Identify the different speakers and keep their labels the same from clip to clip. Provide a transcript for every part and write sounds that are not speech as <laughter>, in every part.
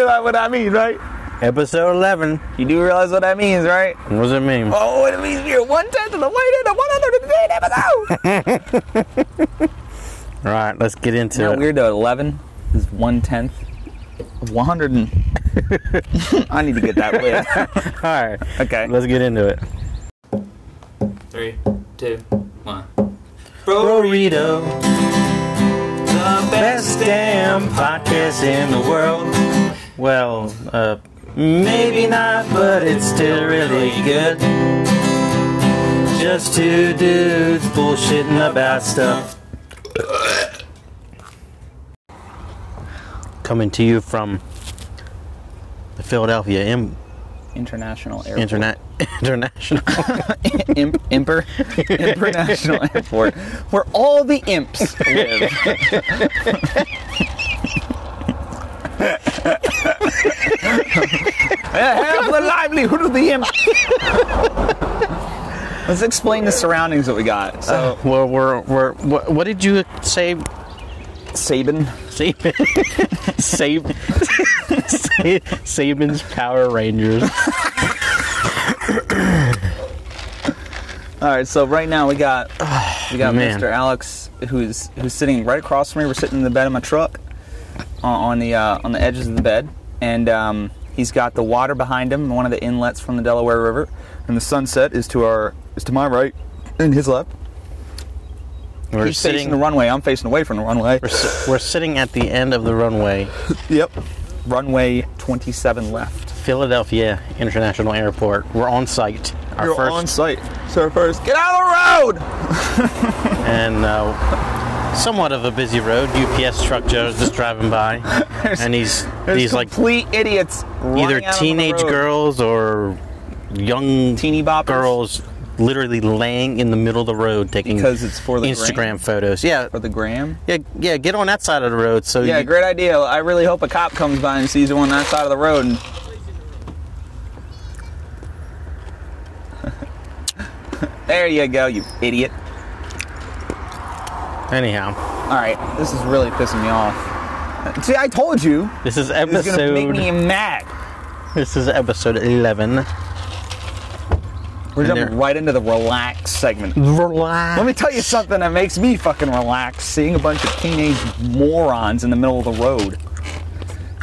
Speaker 1: realize what I mean, right?
Speaker 2: Episode 11.
Speaker 1: You do realize what that means, right?
Speaker 2: What does it mean?
Speaker 1: Oh, it means you're one tenth of the way to the one hundred and fifth episode. <laughs>
Speaker 2: All right, let's get into
Speaker 1: Isn't
Speaker 2: it.
Speaker 1: that weird though? Eleven is one tenth of one hundred and. <laughs> I need to get that <laughs> list.
Speaker 2: All right,
Speaker 1: Okay.
Speaker 2: let's get into it.
Speaker 1: Three, two, one.
Speaker 2: Burrito, the best damn podcast in the world. Well, uh, maybe not, but it's still really good. Just two dudes bullshitting about stuff. Coming to you from the Philadelphia Im-
Speaker 1: International Airport.
Speaker 2: Internet <laughs> International.
Speaker 1: Imp, imper, <laughs> International Airport, where all the imps <laughs> live. Half the livelihood of the imps. Let's explain the surroundings that we got. So,
Speaker 2: Uh, well, we're, we're, what, what did you say
Speaker 1: Sabin.
Speaker 2: Saban. <laughs> Saban. Saban's Power Rangers.
Speaker 1: All right, so right now we got we got
Speaker 2: Man.
Speaker 1: Mr. Alex, who's who's sitting right across from me. We're sitting in the bed of my truck, uh, on the uh, on the edges of the bed, and um, he's got the water behind him, one of the inlets from the Delaware River, and the sunset is to our is to my right and his left.
Speaker 2: We're
Speaker 1: he's
Speaker 2: sitting.
Speaker 1: facing the runway. I'm facing away from the runway.
Speaker 2: we're, si- we're sitting at the end of the runway,
Speaker 1: Yep, runway 27 left.
Speaker 2: Philadelphia International Airport. We're on site. Our
Speaker 1: You're
Speaker 2: first,
Speaker 1: on site, sir. First, get out of the road.
Speaker 2: and uh, somewhat of a busy road. UPS truck Joe's just driving by, and he's
Speaker 1: <laughs> There's
Speaker 2: he's like
Speaker 1: complete idiots.
Speaker 2: either
Speaker 1: running out on the
Speaker 2: teenage
Speaker 1: road.
Speaker 2: girls or young
Speaker 1: Teeny boppers?
Speaker 2: girls. Literally laying in the middle of the road taking
Speaker 1: Because it's for the
Speaker 2: Instagram
Speaker 1: gram.
Speaker 2: photos. Yeah,
Speaker 1: for the gram.
Speaker 2: yeah, yeah. Get on that side of the road so
Speaker 1: Yeah,
Speaker 2: you,
Speaker 1: great idea. I really hope a cop comes by and sees you on that side of the road. <laughs> And... there you go, you idiot.
Speaker 2: Anyhow,
Speaker 1: All right, this is really pissing me off. See, I told you
Speaker 2: this is
Speaker 1: it was
Speaker 2: episode.
Speaker 1: gonna make me mad.
Speaker 2: This is episode eleven.
Speaker 1: We're
Speaker 2: And
Speaker 1: jumping
Speaker 2: there-
Speaker 1: right into the relax segment.
Speaker 2: Relax.
Speaker 1: Let me tell you something that makes me fucking relax: seeing a bunch of teenage morons in the middle of the road.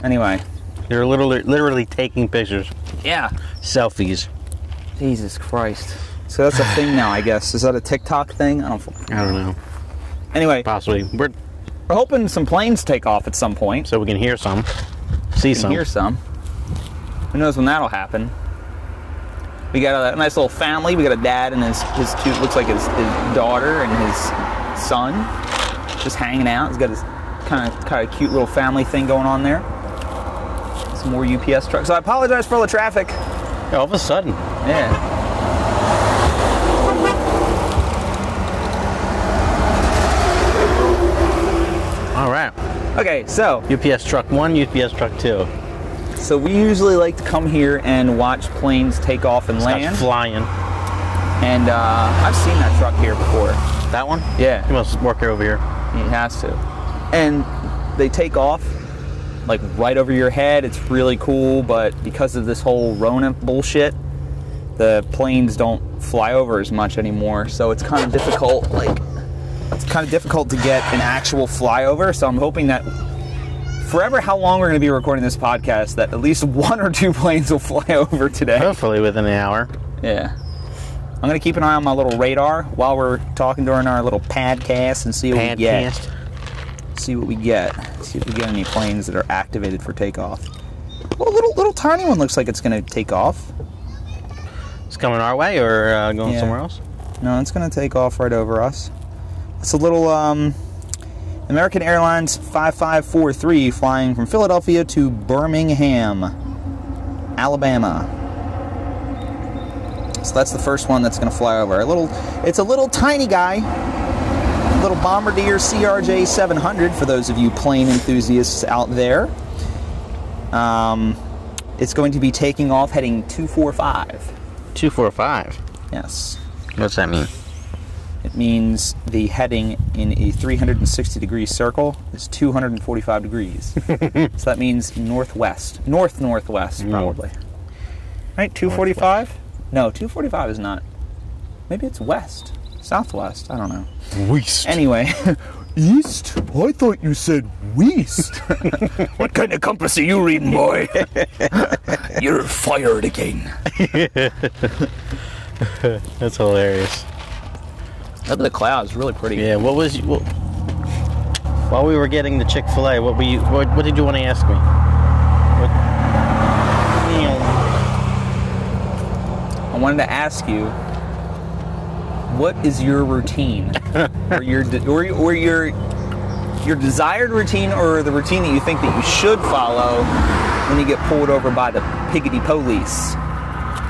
Speaker 1: Anyway,
Speaker 2: They're literally literally taking pictures,
Speaker 1: yeah.
Speaker 2: selfies.
Speaker 1: Jesus Christ. So that's a thing now, I guess. Is that a TikTok thing? I don't. fucking
Speaker 2: I don't know,
Speaker 1: Anyway,
Speaker 2: possibly. We're
Speaker 1: we're hoping some planes take off at some point.
Speaker 2: so we can hear some, see
Speaker 1: Here's
Speaker 2: some.
Speaker 1: Hear some. Who knows when that'll happen? We got a nice little family. We got a dad and his his two looks like his, his daughter and his son, just hanging out. He's got his kind of kind of cute little family thing going on there. Some more UPS trucks. So I apologize for all the traffic.
Speaker 2: All of a sudden,
Speaker 1: Yeah.
Speaker 2: all right.
Speaker 1: Okay, so
Speaker 2: UPS truck one, UPS truck two.
Speaker 1: so we usually like to come here and watch planes take off and
Speaker 2: It's got
Speaker 1: land.
Speaker 2: flying.
Speaker 1: And uh, I've seen that truck here before.
Speaker 2: That one.
Speaker 1: Yeah.
Speaker 2: He must work over here.
Speaker 1: It has to. And they take off like right over your head. It's really cool, but because of this whole Rona bullshit, the planes don't fly over as much anymore. So it's kind of difficult. Like it's kind of difficult to get an actual flyover. So I'm hoping that forever, how long we're going to be recording this podcast, that at least one or two planes will fly <laughs> over today.
Speaker 2: Hopefully within an hour.
Speaker 1: Yeah. I'm gonna keep an eye on my little radar while we're talking during our little podcast and see what we get.
Speaker 2: Podcast.
Speaker 1: See what we get. See if we get any planes that are activated for takeoff. Well, a little little tiny one looks like it's gonna take off.
Speaker 2: It's coming our way or uh, going
Speaker 1: Yeah.
Speaker 2: somewhere else.
Speaker 1: No, it's gonna take off right over us. It's a little um, American Airlines 5543 flying from Philadelphia to Birmingham, Alabama. So that's the first one that's gonna fly over. A little, it's a little tiny guy, little Bombardier CRJ 700 for those of you plane enthusiasts out there. Um, it's going to be taking off heading 245.
Speaker 2: Two four five.
Speaker 1: Yes.
Speaker 2: What's that mean?
Speaker 1: It It means the heading in a 360 degree circle is 245 <laughs> degrees. so that means northwest, north northwest, probably. Right, 245? No, 245 is not. Maybe it's west, southwest. I don't know.
Speaker 2: Weast.
Speaker 1: Anyway, <laughs>
Speaker 3: East? I thought you said west.
Speaker 1: <laughs> what kind of compass are you reading, <laughs> boy?
Speaker 3: You're fired again.
Speaker 2: <laughs> That's hilarious.
Speaker 1: Up in the clouds, really pretty.
Speaker 2: Yeah. What was you? What, while we were getting the Chick Fil A, what were you? What, what did you want to ask me? What,
Speaker 1: I wanted to ask you, what is your <laughs> routine, or your de- or, your- or your your desired routine, or the routine that you think that you should follow when you get pulled over by the piggity police?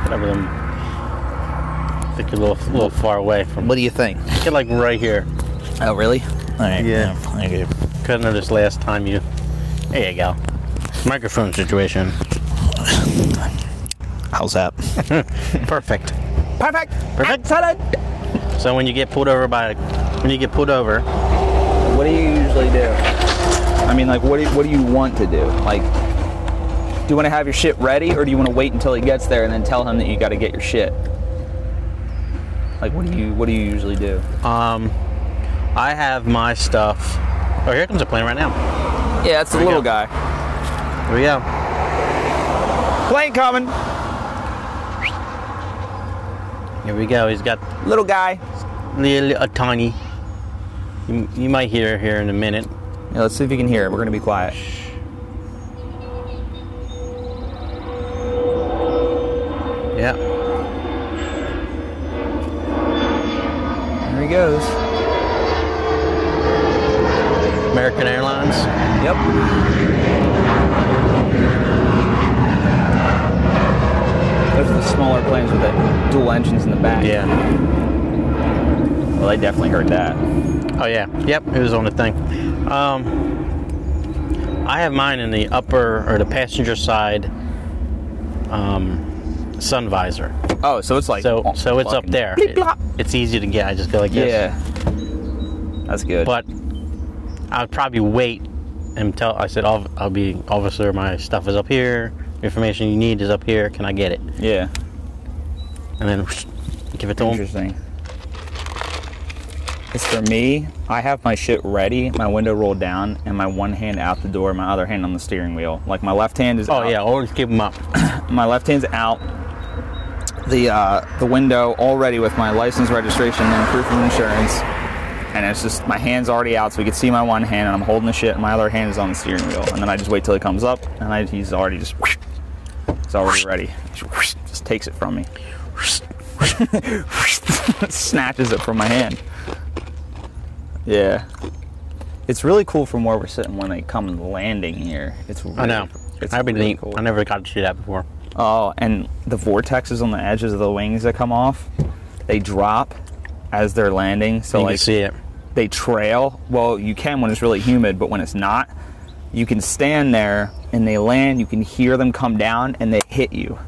Speaker 2: whatever them. I think you're a little, little far away from.
Speaker 1: What do you think?
Speaker 2: Get like right here.
Speaker 1: Oh, really?
Speaker 3: All right.
Speaker 2: Yeah.
Speaker 3: Okay.
Speaker 2: Couldn't notice last time you. There you go. Microphone situation.
Speaker 3: How's that?
Speaker 2: <laughs> Perfect.
Speaker 1: Perfect.
Speaker 2: Perfect.
Speaker 1: Excellent.
Speaker 2: So when you get pulled over by, when you get pulled over,
Speaker 1: What do you usually do? I mean, like, what do you, what do you want to do? Like, do you want to have your shit ready, or do you want to wait until he gets there and then tell him that you got to get your shit? Like, what do you what do you usually do?
Speaker 2: um, I have my stuff. Oh, here comes a plane right now.
Speaker 1: Yeah, that's the
Speaker 2: we
Speaker 1: little
Speaker 2: go.
Speaker 1: guy.
Speaker 2: Here we go.
Speaker 1: Plane coming.
Speaker 2: Here we go. He's got
Speaker 1: Little guy.
Speaker 2: little a tiny. You, you might hear here in a minute.
Speaker 1: Yeah, let's see if you can hear it. We're gonna be quiet.
Speaker 2: Yeah.
Speaker 1: There he goes.
Speaker 2: American Airlines.
Speaker 1: Yep. Those are the smaller planes with the dual engines in the back.
Speaker 2: Yeah.
Speaker 1: Well, I definitely heard that.
Speaker 2: Oh yeah. Yep. It was on the thing. Um, I have mine in the upper or the passenger side. Um, sun visor.
Speaker 1: Oh, so it's like
Speaker 2: So so it's up
Speaker 1: fucking
Speaker 2: there.
Speaker 1: bleep blop.
Speaker 2: it's easy to get. I just go like this.
Speaker 1: Yeah. That's good.
Speaker 2: but I'd probably wait until I said, I'll, I'll be, officer, my stuff is up here, the information you need is up here, can I get it?
Speaker 1: yeah,
Speaker 2: And then <laughs> give it to him.
Speaker 1: interesting. As for me, I have my shit ready, my window rolled down, and my one hand out the door, my other hand on the steering wheel. Like my left hand is
Speaker 2: Oh,
Speaker 1: out,
Speaker 2: yeah, always give
Speaker 1: <laughs>
Speaker 2: them up.
Speaker 1: my left hand's out the uh, the window already with my license registration and proof of insurance and it's just my hand's already out so we can see my one hand and i'm holding the shit and my other hand is on the steering wheel and then i just wait till he comes up and I, he's already just he's already ready just takes it from me <laughs> snatches it from my hand yeah it's really cool from where we're sitting when they come landing here it's really,
Speaker 2: I know.
Speaker 1: it's
Speaker 2: That'd be
Speaker 1: really
Speaker 2: neat.
Speaker 1: cool.
Speaker 2: I never got to see that before.
Speaker 1: Oh, and the vortexes on the edges of the wings that come off, they drop as they're landing. So
Speaker 2: you
Speaker 1: like
Speaker 2: can see it.
Speaker 1: they trail. Well, you can when it's really humid, but when it's not, you can stand there and they land. You can hear them come down and they hit you.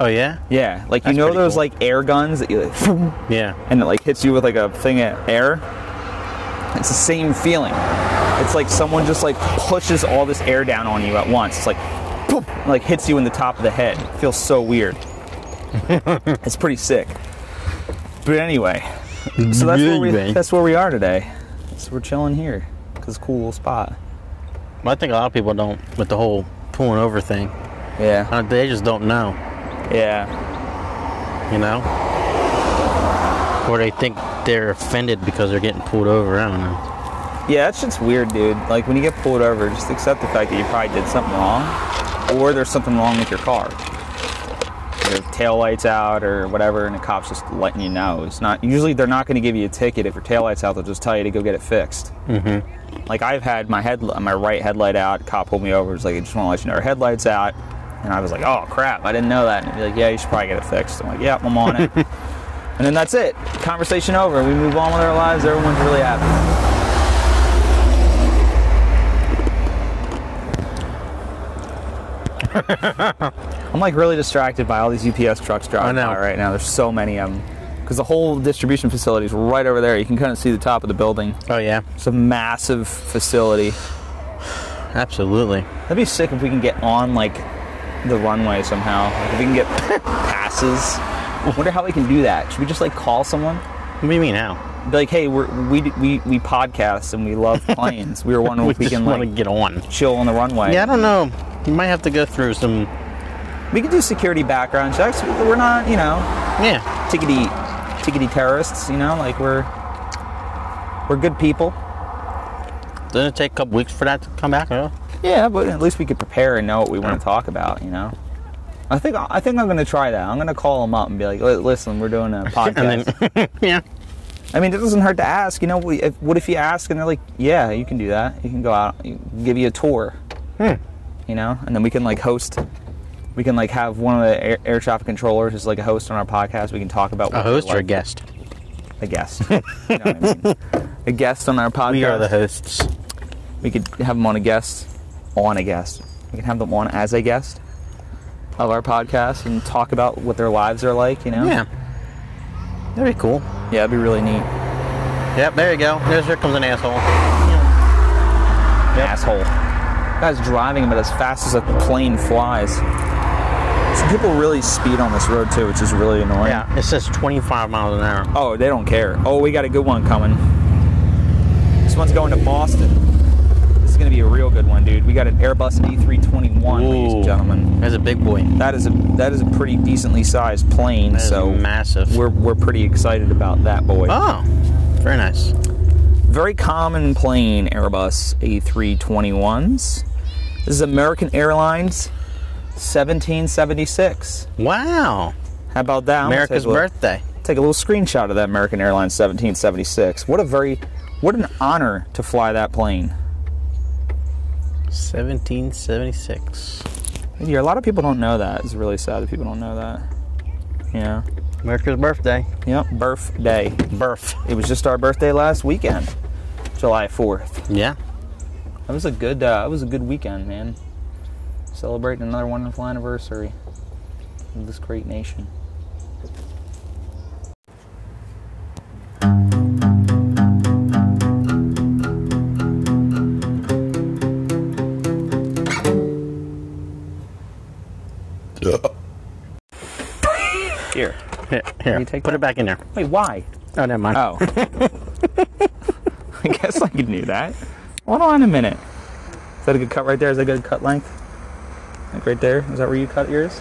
Speaker 2: Oh, yeah?
Speaker 1: Yeah, like you
Speaker 2: That's
Speaker 1: know
Speaker 2: pretty
Speaker 1: those
Speaker 2: cool.
Speaker 1: like air guns that you like,
Speaker 2: Yeah.
Speaker 1: and it like hits you with like a thing of air. It's the same feeling. It's like someone just like pushes all this air down on you at once. It's like, poof, like hits you in the top of the head. It feels so weird. it's pretty sick. But anyway, so that's where we
Speaker 2: Anyway.
Speaker 1: that's where we are today. So we're chilling here. Cause it's a cool little spot.
Speaker 2: Well, I think a lot of people don't, with the whole pulling over thing.
Speaker 1: Yeah.
Speaker 2: Uh, They just don't know,
Speaker 1: Yeah.
Speaker 2: you know? Or they think they're offended because they're getting pulled over. I don't know.
Speaker 1: Yeah, that shit's weird, dude. Like when you get pulled over, just accept the fact that you probably did something wrong, or there's something wrong with your car. Your tail lights out or whatever, and the cop's just letting you know. It's not usually they're not going to give you a ticket if your tail lights out. They'll just tell you to go get it fixed. Mm-hmm. Like I've had my head, my right headlight out. Cop pulled me over. Was like, I just want to let you know our headlights out. And I was like, oh crap, I didn't know that. And he'd be like, yeah, you should probably get it fixed. I'm like, yeah, I'm on it. and then that's it. Conversation over. We move on with our lives. Everyone's really happy. I'm like really distracted by all these UPS trucks driving
Speaker 2: I know.
Speaker 1: by right now. There's so many of them. because the whole distribution facility is right over there. You can kind of see the top of the building.
Speaker 2: Oh yeah,
Speaker 1: It's a massive facility.
Speaker 2: absolutely.
Speaker 1: That'd be sick if we can get on like the runway somehow. Like, if we can get <laughs> passes. I wonder how we can do that. Should we just like call someone?
Speaker 2: What do you mean how?
Speaker 1: Be like, hey, we're, we we we podcast and we love planes. We were wondering
Speaker 2: We
Speaker 1: if we
Speaker 2: just
Speaker 1: can
Speaker 2: want to
Speaker 1: like
Speaker 2: get on.
Speaker 1: chill on the runway.
Speaker 2: Yeah, I don't know. You might have to go through some.
Speaker 1: we could do security background checks. We're not, you know,
Speaker 2: Yeah,
Speaker 1: tickety tickety terrorists. You know, like we're we're good people.
Speaker 2: doesn't it take a couple weeks for that to come back? Huh?
Speaker 1: Yeah, but at least we could prepare and know what we want to talk about, you know. I think I think I'm gonna try that. I'm gonna call them up and be like, "Li- "Listen, we're doing a
Speaker 2: <laughs> And
Speaker 1: podcast."
Speaker 2: then <laughs> yeah,
Speaker 1: I mean, it doesn't hurt to ask, you know. we- If, what if you ask and they're like, "Yeah, you can do that. You can go out, you- give you a tour,"
Speaker 2: Hmm.
Speaker 1: you know, and then we can like host. We can like have one of the air, air traffic controllers as like a host on our podcast. We can talk about
Speaker 2: a
Speaker 1: what they
Speaker 2: host or a
Speaker 1: like.
Speaker 2: guest.
Speaker 1: a guest, <laughs> You know what I mean? a guest on our podcast.
Speaker 2: We are the hosts.
Speaker 1: We could have them on a guest, on a guest. We can have them on as a guest of our podcast and talk about what their lives are like. You know?
Speaker 2: Yeah, that'd be cool.
Speaker 1: Yeah, that'd be really neat.
Speaker 2: Yep, there you go. There's here comes an asshole.
Speaker 1: Asshole. Guy's driving about as fast as a plane flies. Some people really speed on this road too, which is really annoying.
Speaker 2: Yeah, it says 25 miles an hour.
Speaker 1: Oh, they don't care. Oh, we got a good one coming. This one's going to Boston. This is gonna be a real good one, dude. We got an Airbus A321, ladies and
Speaker 2: Ooh.
Speaker 1: gentlemen.
Speaker 2: That's a big boy.
Speaker 1: That is a that is a pretty decently sized plane,
Speaker 2: That is
Speaker 1: so
Speaker 2: massive.
Speaker 1: We're we're pretty excited about that boy.
Speaker 2: Oh, very nice.
Speaker 1: Very common plane Airbus A321s. This is American Airlines 1776.
Speaker 2: Wow,
Speaker 1: How about that? I'm gonna
Speaker 2: America's
Speaker 1: take a little-
Speaker 2: birthday.
Speaker 1: Take a little screenshot of that American Airlines 1776. What a very what an honor to fly that plane.
Speaker 2: 1776.
Speaker 1: Yeah, a lot of people don't know that. It's really sad that people don't know that. Yeah.
Speaker 2: America's birthday.
Speaker 1: Yep, birthday.
Speaker 2: Birth.
Speaker 1: It was just our birthday last weekend, July 4th.
Speaker 2: Yeah.
Speaker 1: That was a good. Uh, it was a good weekend, man. Celebrating another wonderful anniversary of this great nation. Here.
Speaker 2: Here, here.
Speaker 1: you take
Speaker 2: put
Speaker 1: that?
Speaker 2: it back in there.
Speaker 1: Wait, why?
Speaker 2: Oh, never
Speaker 1: <laughs>
Speaker 2: mind.
Speaker 1: Oh. I guess I knew that. Hold on a minute. Is that a good cut right there? Is that a good cut length? Like right there? Is that where you cut yours?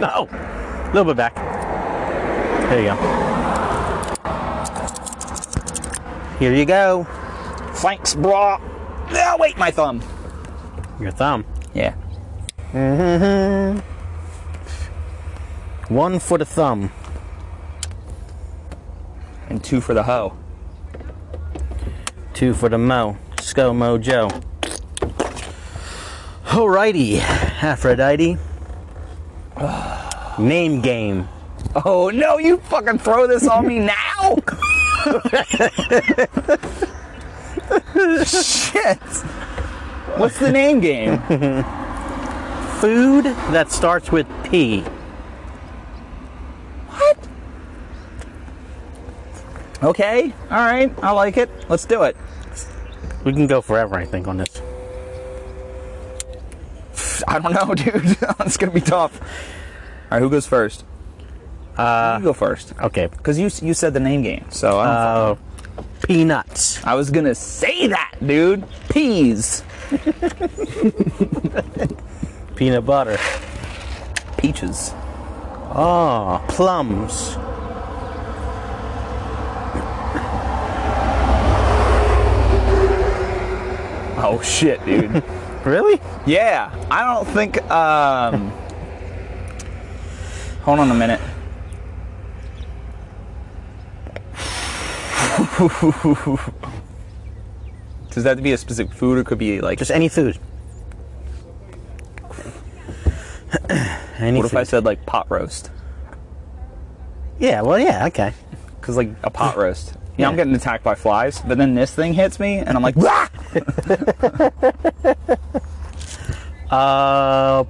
Speaker 2: No. A little bit back. There you go. Here you go.
Speaker 1: Thanks, bra. No, Ah, wait, my thumb.
Speaker 2: Your thumb.
Speaker 1: Yeah.
Speaker 2: One for the thumb.
Speaker 1: And two for the hoe.
Speaker 2: Two for the mo. Sco mojo. Alrighty, Aphrodite. Name game.
Speaker 1: Oh, no, you fucking throw this on me <laughs> now? Shit. What's the name <laughs> game?
Speaker 2: Food that starts with P.
Speaker 1: Okay, all right, I like it. Let's do it.
Speaker 2: We can go forever, I think, on this.
Speaker 1: I don't know, <laughs> dude. it's gonna be tough. All right, who goes first? Uh, you go first,
Speaker 2: Okay.
Speaker 1: because you you said the name game, so I, don't
Speaker 2: Uh, peanuts.
Speaker 1: I was gonna say that, dude. Peas,
Speaker 2: Peanut butter.
Speaker 1: peaches,
Speaker 2: Oh, plums.
Speaker 1: Oh shit, dude.
Speaker 2: Really?
Speaker 1: <laughs> yeah, I don't think. Um, hold on a minute. <laughs> Does that have to be a specific food, or could be like?
Speaker 2: Just any food. any
Speaker 1: what if
Speaker 2: food.
Speaker 1: I said like pot roast?
Speaker 2: Yeah, well, yeah, okay.
Speaker 1: Cause like a pot roast. <laughs> Yeah, I'm
Speaker 2: Yeah.
Speaker 1: getting attacked by flies, but then this thing hits me, and I'm like, "Wah!"
Speaker 2: Uh,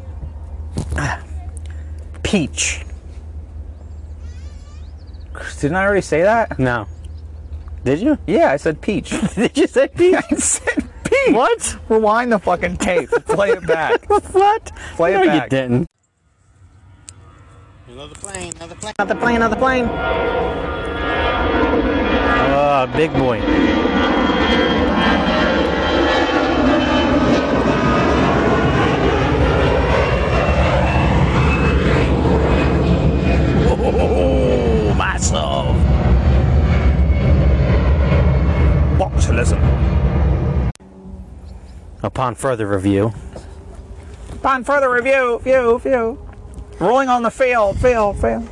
Speaker 2: peach.
Speaker 1: Didn't I already say that?
Speaker 2: No. Did you? <laughs>
Speaker 1: Yeah, I said peach.
Speaker 2: Did you say peach?
Speaker 1: <laughs> I said peach.
Speaker 2: <laughs> What?
Speaker 1: Rewind the fucking <laughs> tape. Play it back.
Speaker 2: <laughs> what?
Speaker 1: Play it
Speaker 2: no,
Speaker 1: back.
Speaker 2: you didn't.
Speaker 4: Another plane, another plane.
Speaker 2: Another plane, another plane. Oh, big boy. Oh, myself.
Speaker 1: Botulism.
Speaker 2: Upon further review,
Speaker 1: Upon further review, view, view. Rolling on the field, field, field.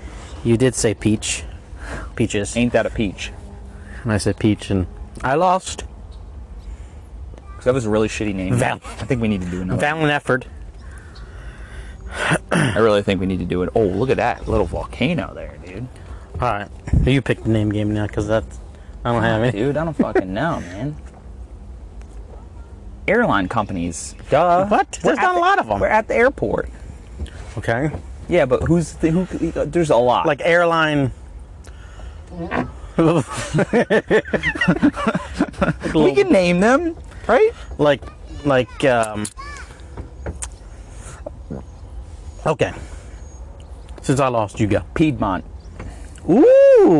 Speaker 2: you did say peach. Peaches.
Speaker 1: Ain't that a peach?
Speaker 2: And I said peach, and I lost.
Speaker 1: That was a really shitty name.
Speaker 2: Val-
Speaker 1: I think we need to do another.
Speaker 2: Valen Efford.
Speaker 1: I really think we need to do it. Oh, look at that little volcano there, dude.
Speaker 2: Alright, you pick the name game now, because that's. I don't have any.
Speaker 1: Dude, I don't fucking know,
Speaker 2: <laughs>
Speaker 1: man. Airline companies, duh.
Speaker 2: What? There's
Speaker 1: at
Speaker 2: not a
Speaker 1: the-
Speaker 2: lot of 'em.
Speaker 1: We're at the airport.
Speaker 2: Okay.
Speaker 1: Yeah, but who's the, who? There's a lot.
Speaker 2: Like airline. <laughs>
Speaker 1: we can name them, right?
Speaker 2: like like um okay since i lost you go
Speaker 1: Piedmont.
Speaker 2: ooh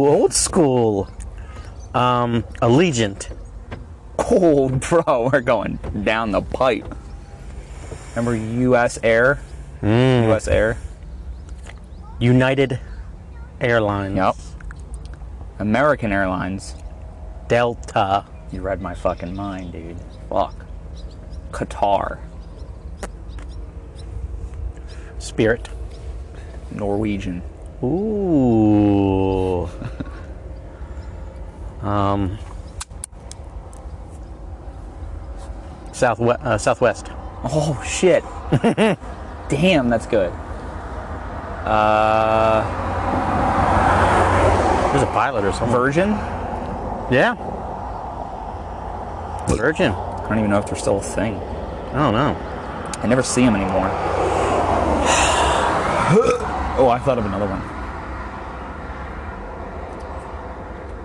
Speaker 2: old school um allegiant
Speaker 1: Oh, <laughs> bro, we're going down the pipe. Remember U.S. Air?
Speaker 2: Mm.
Speaker 1: U.S. Air.
Speaker 2: united airlines
Speaker 1: Yep. American Airlines.
Speaker 2: delta
Speaker 1: You read my fucking mind, dude. Fuck. Qatar.
Speaker 2: spirit
Speaker 1: Norwegian.
Speaker 2: ooh <laughs> um southwest uh, southwest
Speaker 1: Oh shit. <laughs> Damn, that's good. Uh,
Speaker 2: there's a pilot or something
Speaker 1: Virgin.
Speaker 2: yeah virgin
Speaker 1: I don't even know if they're still a thing.
Speaker 2: i don't know
Speaker 1: I never see them anymore. <sighs> oh, I thought of another one.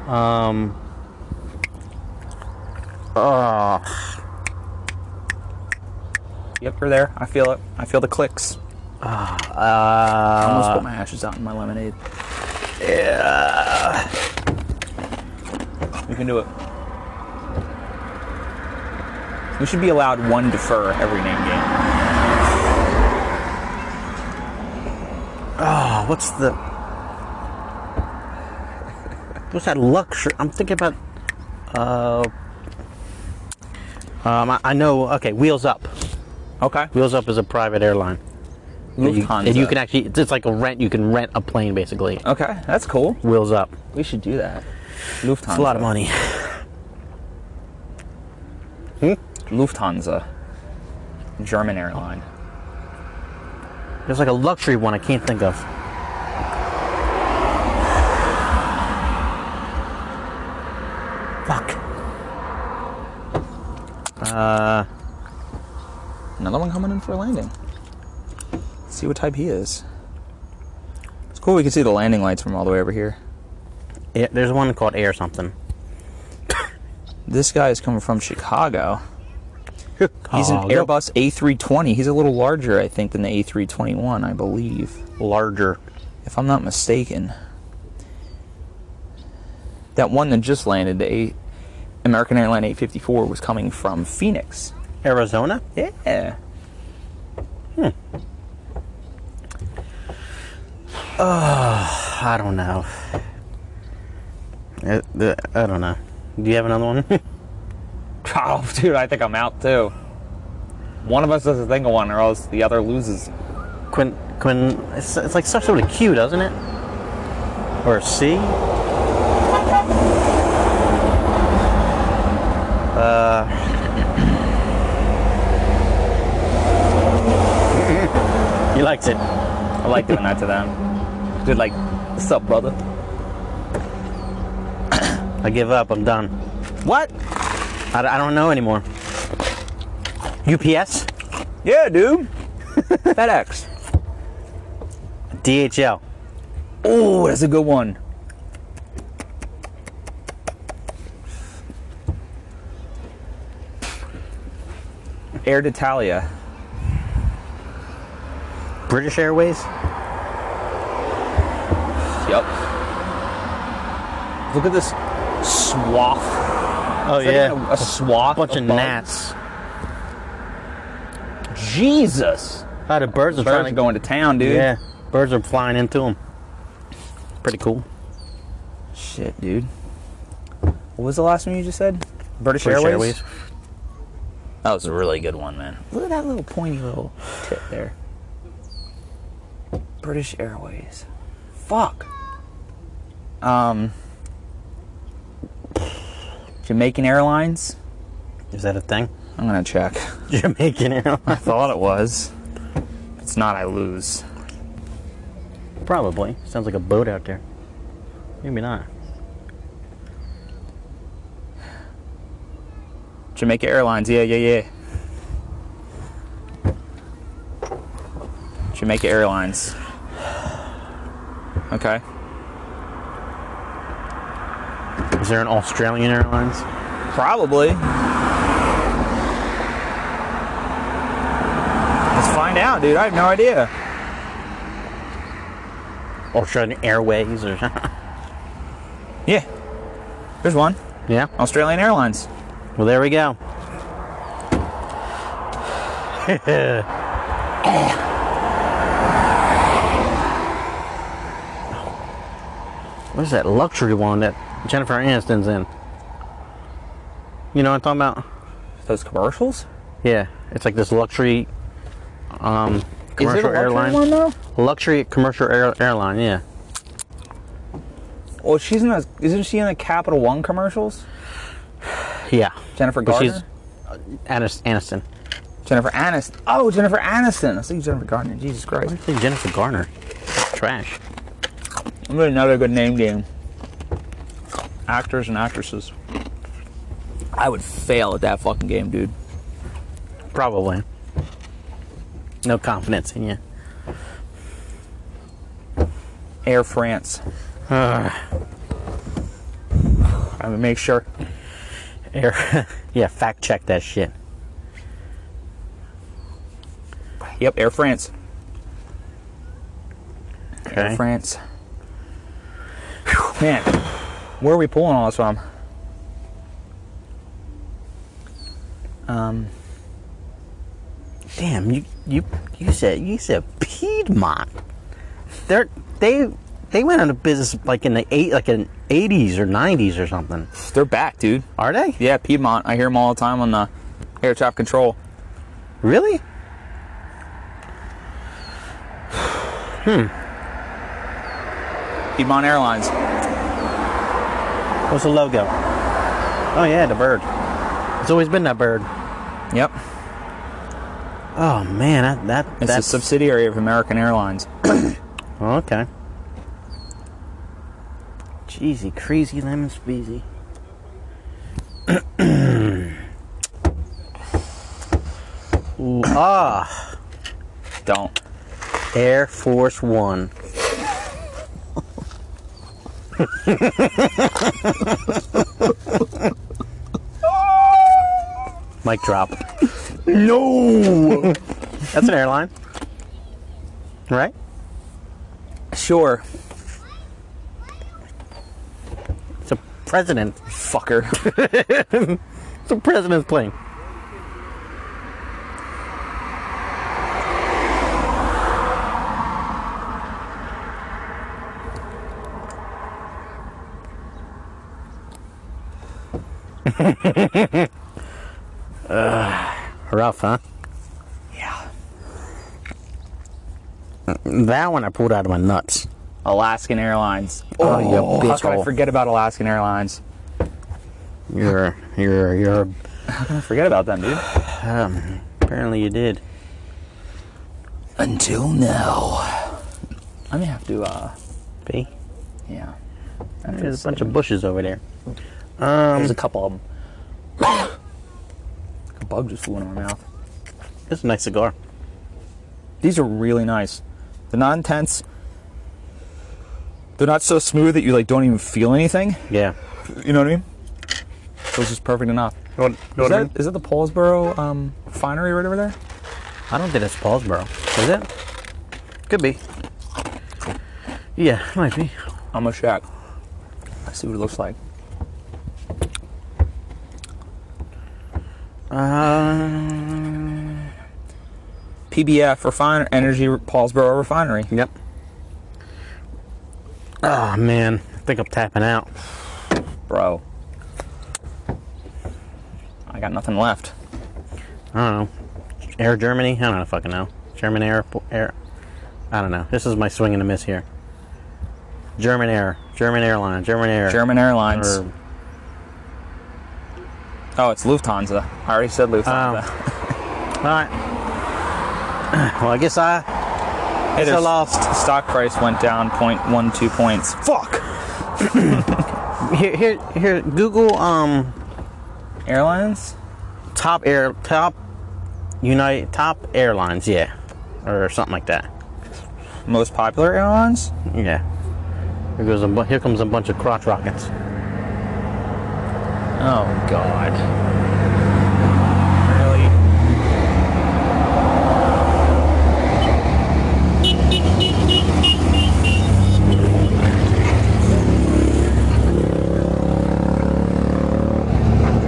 Speaker 2: Um.
Speaker 1: Yep, they're there. I feel it. I feel the clicks. I
Speaker 2: Ah, Uh.
Speaker 1: almost put my ashes out in my lemonade. Yeah. We can do it. We should be allowed one defer every name game.
Speaker 2: Oh, what's the? What's that luxury? I'm thinking about. Uh. Um, I, I know. Okay, Wheels Up.
Speaker 1: Okay.
Speaker 2: Wheels Up is a private airline. That you-
Speaker 1: Lufthansa.
Speaker 2: And you can actually, it's like a rent. You can rent a plane basically.
Speaker 1: Okay, that's cool.
Speaker 2: Wheels Up.
Speaker 1: We should do that. Lufthansa.
Speaker 2: It's a lot of money.
Speaker 1: Lufthansa. German airline.
Speaker 2: There's like a luxury one I can't think of. Fuck. Uh,
Speaker 1: Another one coming in for a landing. Let's see what type he is. It's cool we can see the landing lights from all the way over here.
Speaker 2: yeah, there's one called Air something.
Speaker 1: This guy is coming from <laughs> Chicago. He's an
Speaker 2: Oh, yep.
Speaker 1: Airbus A320. He's a little larger, I think, than the A321, I believe,
Speaker 2: larger.
Speaker 1: if I'm not mistaken. That one that just landed, the A- American Airline 854, was coming from Phoenix.
Speaker 2: Arizona?
Speaker 1: Yeah.
Speaker 2: I don't know. Uh, the- I don't know. Do you have another one? <laughs>
Speaker 1: Oh, dude, I think I'm out too. One of us doesn't think of one, or else the other loses.
Speaker 2: Quinn, Quinn, it's, it's like starts with a Q, doesn't it? Or a C? Uh, Uh. he likes it.
Speaker 1: I like doing that to them. Dude, like, what's up, brother?
Speaker 2: I give up. I'm done.
Speaker 1: What?
Speaker 2: I, I don't know anymore. UPS,
Speaker 1: Yeah, dude. <laughs> FedEx.
Speaker 2: DHL.
Speaker 1: Oh, that's a good one. Air d'Italia.
Speaker 2: British Airways?
Speaker 1: Yep. Look at this swath.
Speaker 2: Oh,
Speaker 1: Is that
Speaker 2: yeah.
Speaker 1: even a, a swath.
Speaker 2: bunch of
Speaker 1: bugs?
Speaker 2: gnats.
Speaker 1: Jesus.
Speaker 2: Oh, the birds are
Speaker 1: Birds
Speaker 2: trying
Speaker 1: are
Speaker 2: to
Speaker 1: going to town, dude.
Speaker 2: Yeah, birds are flying into them. Pretty cool.
Speaker 1: Shit, dude. What was the last one you just said? British,
Speaker 2: British
Speaker 1: Airways?
Speaker 2: Airways.
Speaker 1: That was a really good one, man. Look at that little pointy little tip there. British Airways. Fuck. Um. Jamaican Airlines.
Speaker 2: Is that a thing? <laughs>
Speaker 1: I'm gonna check. <laughs>
Speaker 2: Jamaican
Speaker 1: I
Speaker 2: Airlines.
Speaker 1: thought it was. If it's not, I lose.
Speaker 2: <laughs> Probably. Sounds like a boat out there. Maybe not.
Speaker 1: Jamaica Airlines. Yeah, yeah, yeah. Jamaica Airlines. Okay.
Speaker 2: Is there an Australian Airlines?
Speaker 1: Probably. Let's find out, dude. I have no idea.
Speaker 2: Australian Airways or <laughs>
Speaker 1: Yeah. There's one.
Speaker 2: Yeah.
Speaker 1: Australian Airlines.
Speaker 2: Well, there we go. <laughs> what is that luxury one that Jennifer Aniston's in? You know what I'm talking about?
Speaker 1: Those commercials?
Speaker 2: Yeah, it's like this luxury um, commercial
Speaker 1: Is it a luxury
Speaker 2: airline.
Speaker 1: one though?
Speaker 2: Luxury commercial air, airline, yeah.
Speaker 1: Well, she's in. Those, isn't she in the Capital One commercials?
Speaker 2: Yeah.
Speaker 1: Jennifer
Speaker 2: But
Speaker 1: Gardner.
Speaker 2: she's uh, Anis- Aniston.
Speaker 1: Jennifer Aniston. Oh, Jennifer Aniston. I was thinking Jennifer Gardner. Jesus
Speaker 2: Why
Speaker 1: Christ.
Speaker 2: do you say Jennifer Garner? Trash.
Speaker 1: I'm doing another good name game. Actors and actresses. I would fail at that fucking game, dude.
Speaker 2: Probably. No confidence in you.
Speaker 1: Air France. I would make sure.
Speaker 2: Air, <laughs> yeah, fact check that shit.
Speaker 1: Yep, Air France. Air
Speaker 2: Okay.
Speaker 1: France. Whew, man, where are we pulling all this from? Um,
Speaker 2: Damn, you you you said you said Piedmont. They're they they went out of business like in the eight like in eighties or nineties or something.
Speaker 1: they're back, dude.
Speaker 2: Are they?
Speaker 1: Yeah, Piedmont. I hear them all the time on the air traffic control.
Speaker 2: Really?
Speaker 1: Piedmont Airlines.
Speaker 2: What's the logo? Oh yeah, the bird. It's always been that bird.
Speaker 1: Yep,
Speaker 2: Oh man, that, that
Speaker 1: it's
Speaker 2: that's
Speaker 1: a subsidiary of American Airlines.
Speaker 2: oh, okay. Jeezy, crazy lemon squeezy. <clears throat> Ooh, ah.
Speaker 1: Don't.
Speaker 2: Air Force One. Mic drop.
Speaker 3: No!
Speaker 2: That's an airline. Right?
Speaker 1: Sure,
Speaker 2: It's a president.
Speaker 1: fucker.
Speaker 2: <laughs> It's a president's plane. <laughs> Ugh, rough, huh?
Speaker 1: yeah.
Speaker 2: That one I pulled out of my nuts.
Speaker 1: Alaskan Airlines.
Speaker 2: Oh, you
Speaker 1: how could I
Speaker 2: bitch-hole.
Speaker 1: forget about Alaskan Airlines?
Speaker 2: You're, you're, you're.
Speaker 1: Forget about them, dude.
Speaker 2: Um, apparently you did.
Speaker 1: Until now. I'm gonna have to, uh,
Speaker 2: B.
Speaker 1: yeah.
Speaker 2: There's a bunch of bushes over there.
Speaker 1: There's a couple of um, <coughs> them. a bug just flew into my mouth.
Speaker 2: It's a nice cigar.
Speaker 1: These are really nice. They're not intense. They're not so smooth that you like don't even feel anything.
Speaker 2: Yeah.
Speaker 1: You know what I mean? So it's just perfect enough.
Speaker 2: You want, you
Speaker 1: Is
Speaker 2: want
Speaker 1: that, is that the Paulsboro um, finery right over there?
Speaker 2: I don't think it's Paulsboro. Is it? Could be. Yeah, might be.
Speaker 1: I'm a shack. Let's see what it looks like.
Speaker 2: Uh,
Speaker 1: PBF Refiner Energy Paulsboro Refinery.
Speaker 2: yep. Oh man, I think I'm tapping out.
Speaker 1: Bro. I got nothing left.
Speaker 2: I don't know. Air Germany? I don't know, fucking know. German Air, Air. I don't know. This is my swing and a miss here. German Air, German Airline, German Air.
Speaker 1: German Airlines.
Speaker 2: Or,
Speaker 1: Oh, it's Lufthansa. I already said Lufthansa.
Speaker 2: all right. <clears throat> Well, I guess I.
Speaker 1: hey,
Speaker 2: so
Speaker 1: their
Speaker 2: lost.
Speaker 1: s- Stock price went down 0.12 points. Fuck!
Speaker 2: Here, here, here. Google um
Speaker 1: Airlines?
Speaker 2: top air top unite top airlines yeah or something like that
Speaker 1: Most popular airlines?
Speaker 2: yeah here goes a bu- here comes a bunch of crotch rockets
Speaker 1: Oh, God. Really?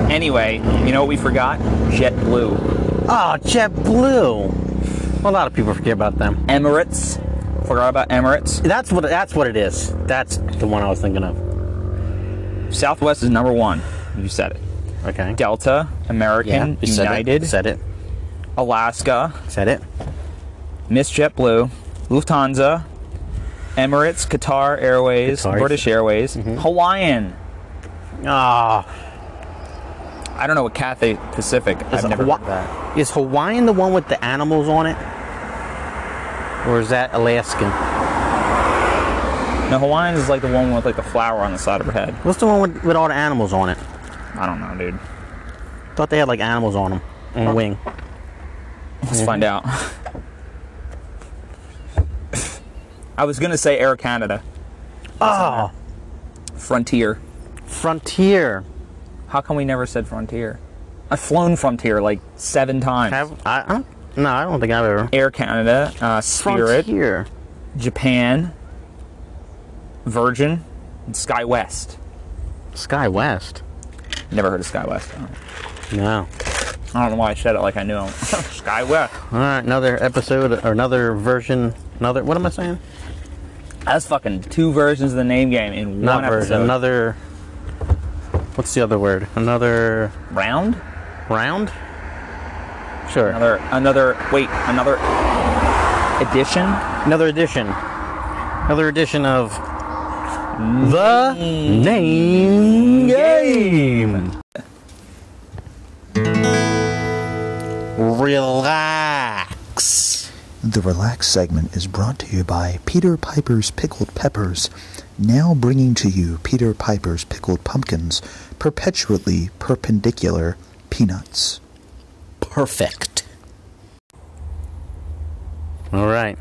Speaker 1: Anyway, you know what we forgot? JetBlue.
Speaker 2: oh JetBlue well, a lot of people forget about them
Speaker 1: Emirates. Forgot about Emirates.
Speaker 2: that's what that's what it is that's the one I was thinking of
Speaker 1: Southwest is number one. You said it.
Speaker 2: okay
Speaker 1: Delta, American,
Speaker 2: you said it.
Speaker 1: United,
Speaker 2: said it
Speaker 1: Alaska,
Speaker 2: said it
Speaker 1: Miss JetBlue, Lufthansa, Emirates, Qatar Airways,
Speaker 2: Qatar. Mm-hmm.
Speaker 1: British Airways, Hawaiian.
Speaker 2: ah
Speaker 1: I don't know what Cathay Pacific. I've never heard that.
Speaker 2: is Hawaiian the one with the animals on it or is that Alaskan
Speaker 1: No, Hawaiian is like the one with like the flower on the side of her head.
Speaker 2: what's the one with, with all the animals on it
Speaker 1: I don't know, dude.
Speaker 2: thought they had like animals on them on the wing Mm-hmm.
Speaker 1: Let's find out. <laughs> I was gonna say Air Canada,
Speaker 2: oh
Speaker 1: Frontier.
Speaker 2: Frontier.
Speaker 1: How come we never said Frontier? I've flown Frontier like seven times.
Speaker 2: Have I? I don't- no, I don't think I've ever.
Speaker 1: Air Canada, uh, Spirit,
Speaker 2: Frontier.
Speaker 1: Japan, Virgin, and SkyWest.
Speaker 2: Sky West.
Speaker 1: Never heard of SkyWest. I don't-
Speaker 2: No.
Speaker 1: I don't know why I said it like I knew him. <laughs> SkyWest.
Speaker 2: All right, another episode or another version. Another. What am I saying?
Speaker 1: That's fucking two versions of the name game in
Speaker 2: Not
Speaker 1: one
Speaker 2: version.
Speaker 1: episode.
Speaker 2: Another. What's the other word? Another
Speaker 1: round?
Speaker 2: round. Sure. Another,
Speaker 1: Another another wait, another edition?
Speaker 2: edition. Another edition of the name game. Relax.
Speaker 4: The Relax segment is brought to you by Peter Piper's Pickled Peppers, now bringing to you Peter Piper's Pickled Pumpkins, perpetually perpendicular peanuts.
Speaker 2: perfect. All right.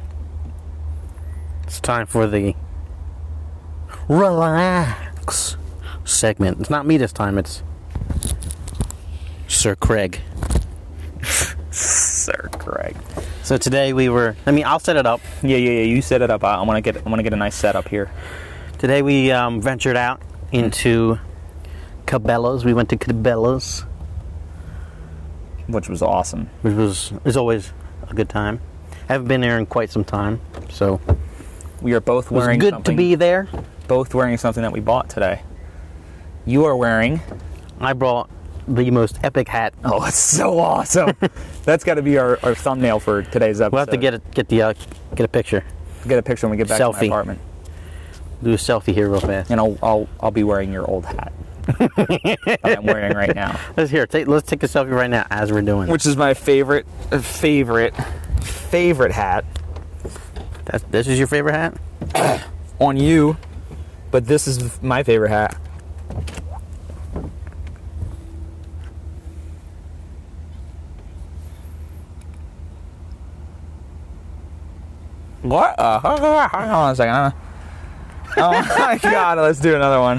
Speaker 2: It's time for the relax segment. It's not me this time, it's Sir Craig.
Speaker 1: Sir Craig.
Speaker 2: So today we were, I mean, I'll set it up.
Speaker 1: Yeah, yeah, yeah. You set it up. I, I wanna get I wanna get a nice setup here.
Speaker 2: Today we um, ventured out into Cabela's. We went to Cabela's,
Speaker 1: Which was awesome.
Speaker 2: which was is always a good time. I haven't been there in quite some time, so it
Speaker 1: We are both
Speaker 2: was
Speaker 1: wearing
Speaker 2: good to
Speaker 1: something-
Speaker 2: be there.
Speaker 1: both wearing something that we bought today. You are wearing
Speaker 2: I brought the most epic hat
Speaker 1: Oh, it's so <laughs> awesome. That's got to be our, our thumbnail for today's episode.
Speaker 2: We'll have to get a, get the uh, get a picture.
Speaker 1: get a picture when we get back to my
Speaker 2: Selfie.
Speaker 1: apartment,
Speaker 2: Do a selfie here real fast.
Speaker 1: and I'll I'll, I'll be wearing your old hat that I'm wearing right now,
Speaker 2: Let's here. Take, let's take a selfie right now as we're doing.
Speaker 1: <laughs> which is my favorite uh, favorite favorite hat
Speaker 2: That, this is your favorite hat?
Speaker 1: on you, but this is my favorite hat. What? Uh, <laughs> hang <laughs> on a second. I don't know. Oh my god, let's do another one.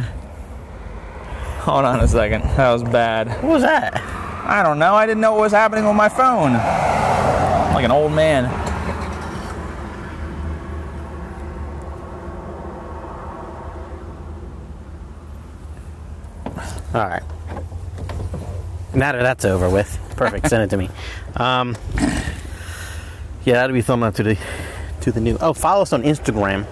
Speaker 1: Hold on a second. That was bad.
Speaker 2: What was that?
Speaker 1: I don't know. I didn't know what was happening with my phone. I'm like an old man.
Speaker 2: All right. Now that that's over with, perfect. Send it to me. Um, yeah, that'll be thumbnail to the to the new. Oh, follow us on Instagram.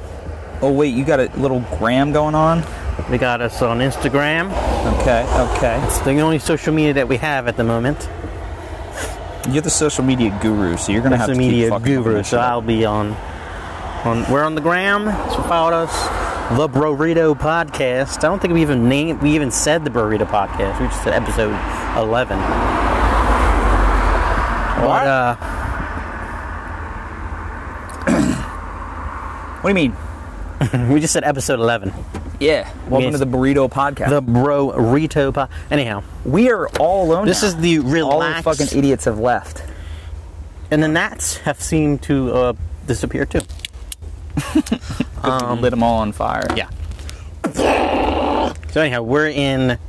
Speaker 1: Oh wait, you got a little gram going on?
Speaker 2: We got us on Instagram.
Speaker 1: Okay, okay.
Speaker 2: It's the only social media that we have at the moment.
Speaker 1: You're the social media guru, so you're gonna have
Speaker 2: social
Speaker 1: to keep
Speaker 2: media
Speaker 1: fucking up
Speaker 2: guru.
Speaker 1: with
Speaker 2: So
Speaker 1: this shit.
Speaker 2: I'll be on. On we're on the gram. So follow us. The Burrito Podcast. I don't think we even named. We even said the Burrito Podcast. We just said episode eleven.
Speaker 1: What?
Speaker 2: But uh,
Speaker 1: What do you mean?
Speaker 2: we just said episode eleven.
Speaker 1: Yeah. Welcome
Speaker 2: Yes.
Speaker 1: to the Burrito Podcast.
Speaker 2: The Burrito Pod. Anyhow,
Speaker 1: we are all alone.
Speaker 2: this
Speaker 1: now.
Speaker 2: is the e-
Speaker 1: all the
Speaker 2: relaxed.
Speaker 1: fucking idiots have left.
Speaker 2: and the gnats have seemed to uh, disappear too.
Speaker 1: Um, lit them all on fire.
Speaker 2: Mm-hmm. Yeah. So anyhow, we're in.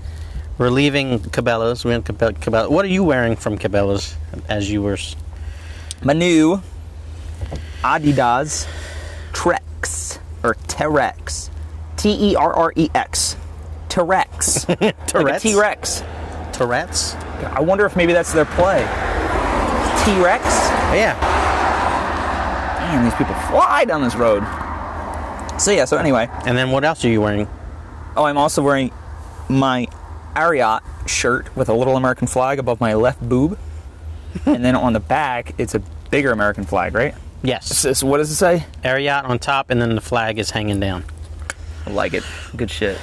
Speaker 2: We're leaving Cabela's. We're in Cabe- Cabela's. What are you wearing from Cabela's? As you were. s-
Speaker 1: My new Adidas Trex or Terex, T E R R E X,
Speaker 2: <laughs>
Speaker 1: Terex,
Speaker 2: Tourette's?
Speaker 1: T Rex.
Speaker 2: Tourette's.
Speaker 1: I wonder if maybe that's their play. T Rex.
Speaker 2: Yeah.
Speaker 1: Damn, these people fly down this road. So yeah. So anyway,
Speaker 2: And then what else are you wearing?
Speaker 1: oh, I'm also wearing my Ariat shirt with a little American flag above my left boob, and then on the back it's a bigger American flag, right?
Speaker 2: Yes.
Speaker 1: This, what does it say?
Speaker 2: Ariat on top, and then the flag is hanging down.
Speaker 1: I like it. Good shit.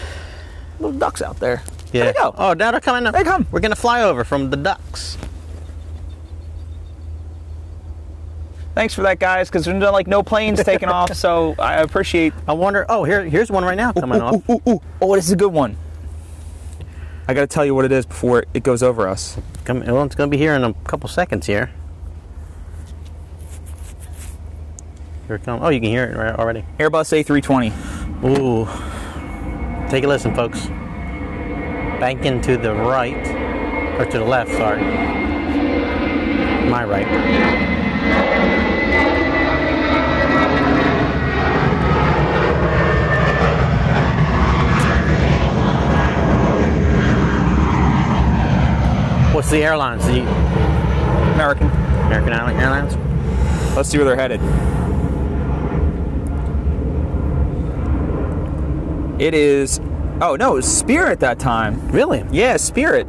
Speaker 1: Little ducks out there.
Speaker 2: Yeah.
Speaker 1: There they go.
Speaker 2: Oh, now they're coming. Up.
Speaker 1: They come.
Speaker 2: We're gonna fly over from the ducks.
Speaker 1: Thanks for that, guys, because there's like no planes taking off, so I appreciate.
Speaker 2: I wonder. Oh, here, here's one right now <laughs> coming off.
Speaker 1: Ooh, ooh, ooh. Oh, this is a good one. I got to tell you what it is before it goes over us.
Speaker 2: Come, well, it's gonna be here in a couple seconds here. Here it comes. Oh, you can hear it right- already.
Speaker 1: Airbus A320.
Speaker 2: Ooh. Take a listen, folks. Banking to the right, or to the left, sorry. My right. What's the airlines? The
Speaker 1: American.
Speaker 2: American Island Airlines?
Speaker 1: Let's see where they're headed. It is. Oh, no, it was Spirit that time.
Speaker 2: Really?
Speaker 1: Yeah, Spirit.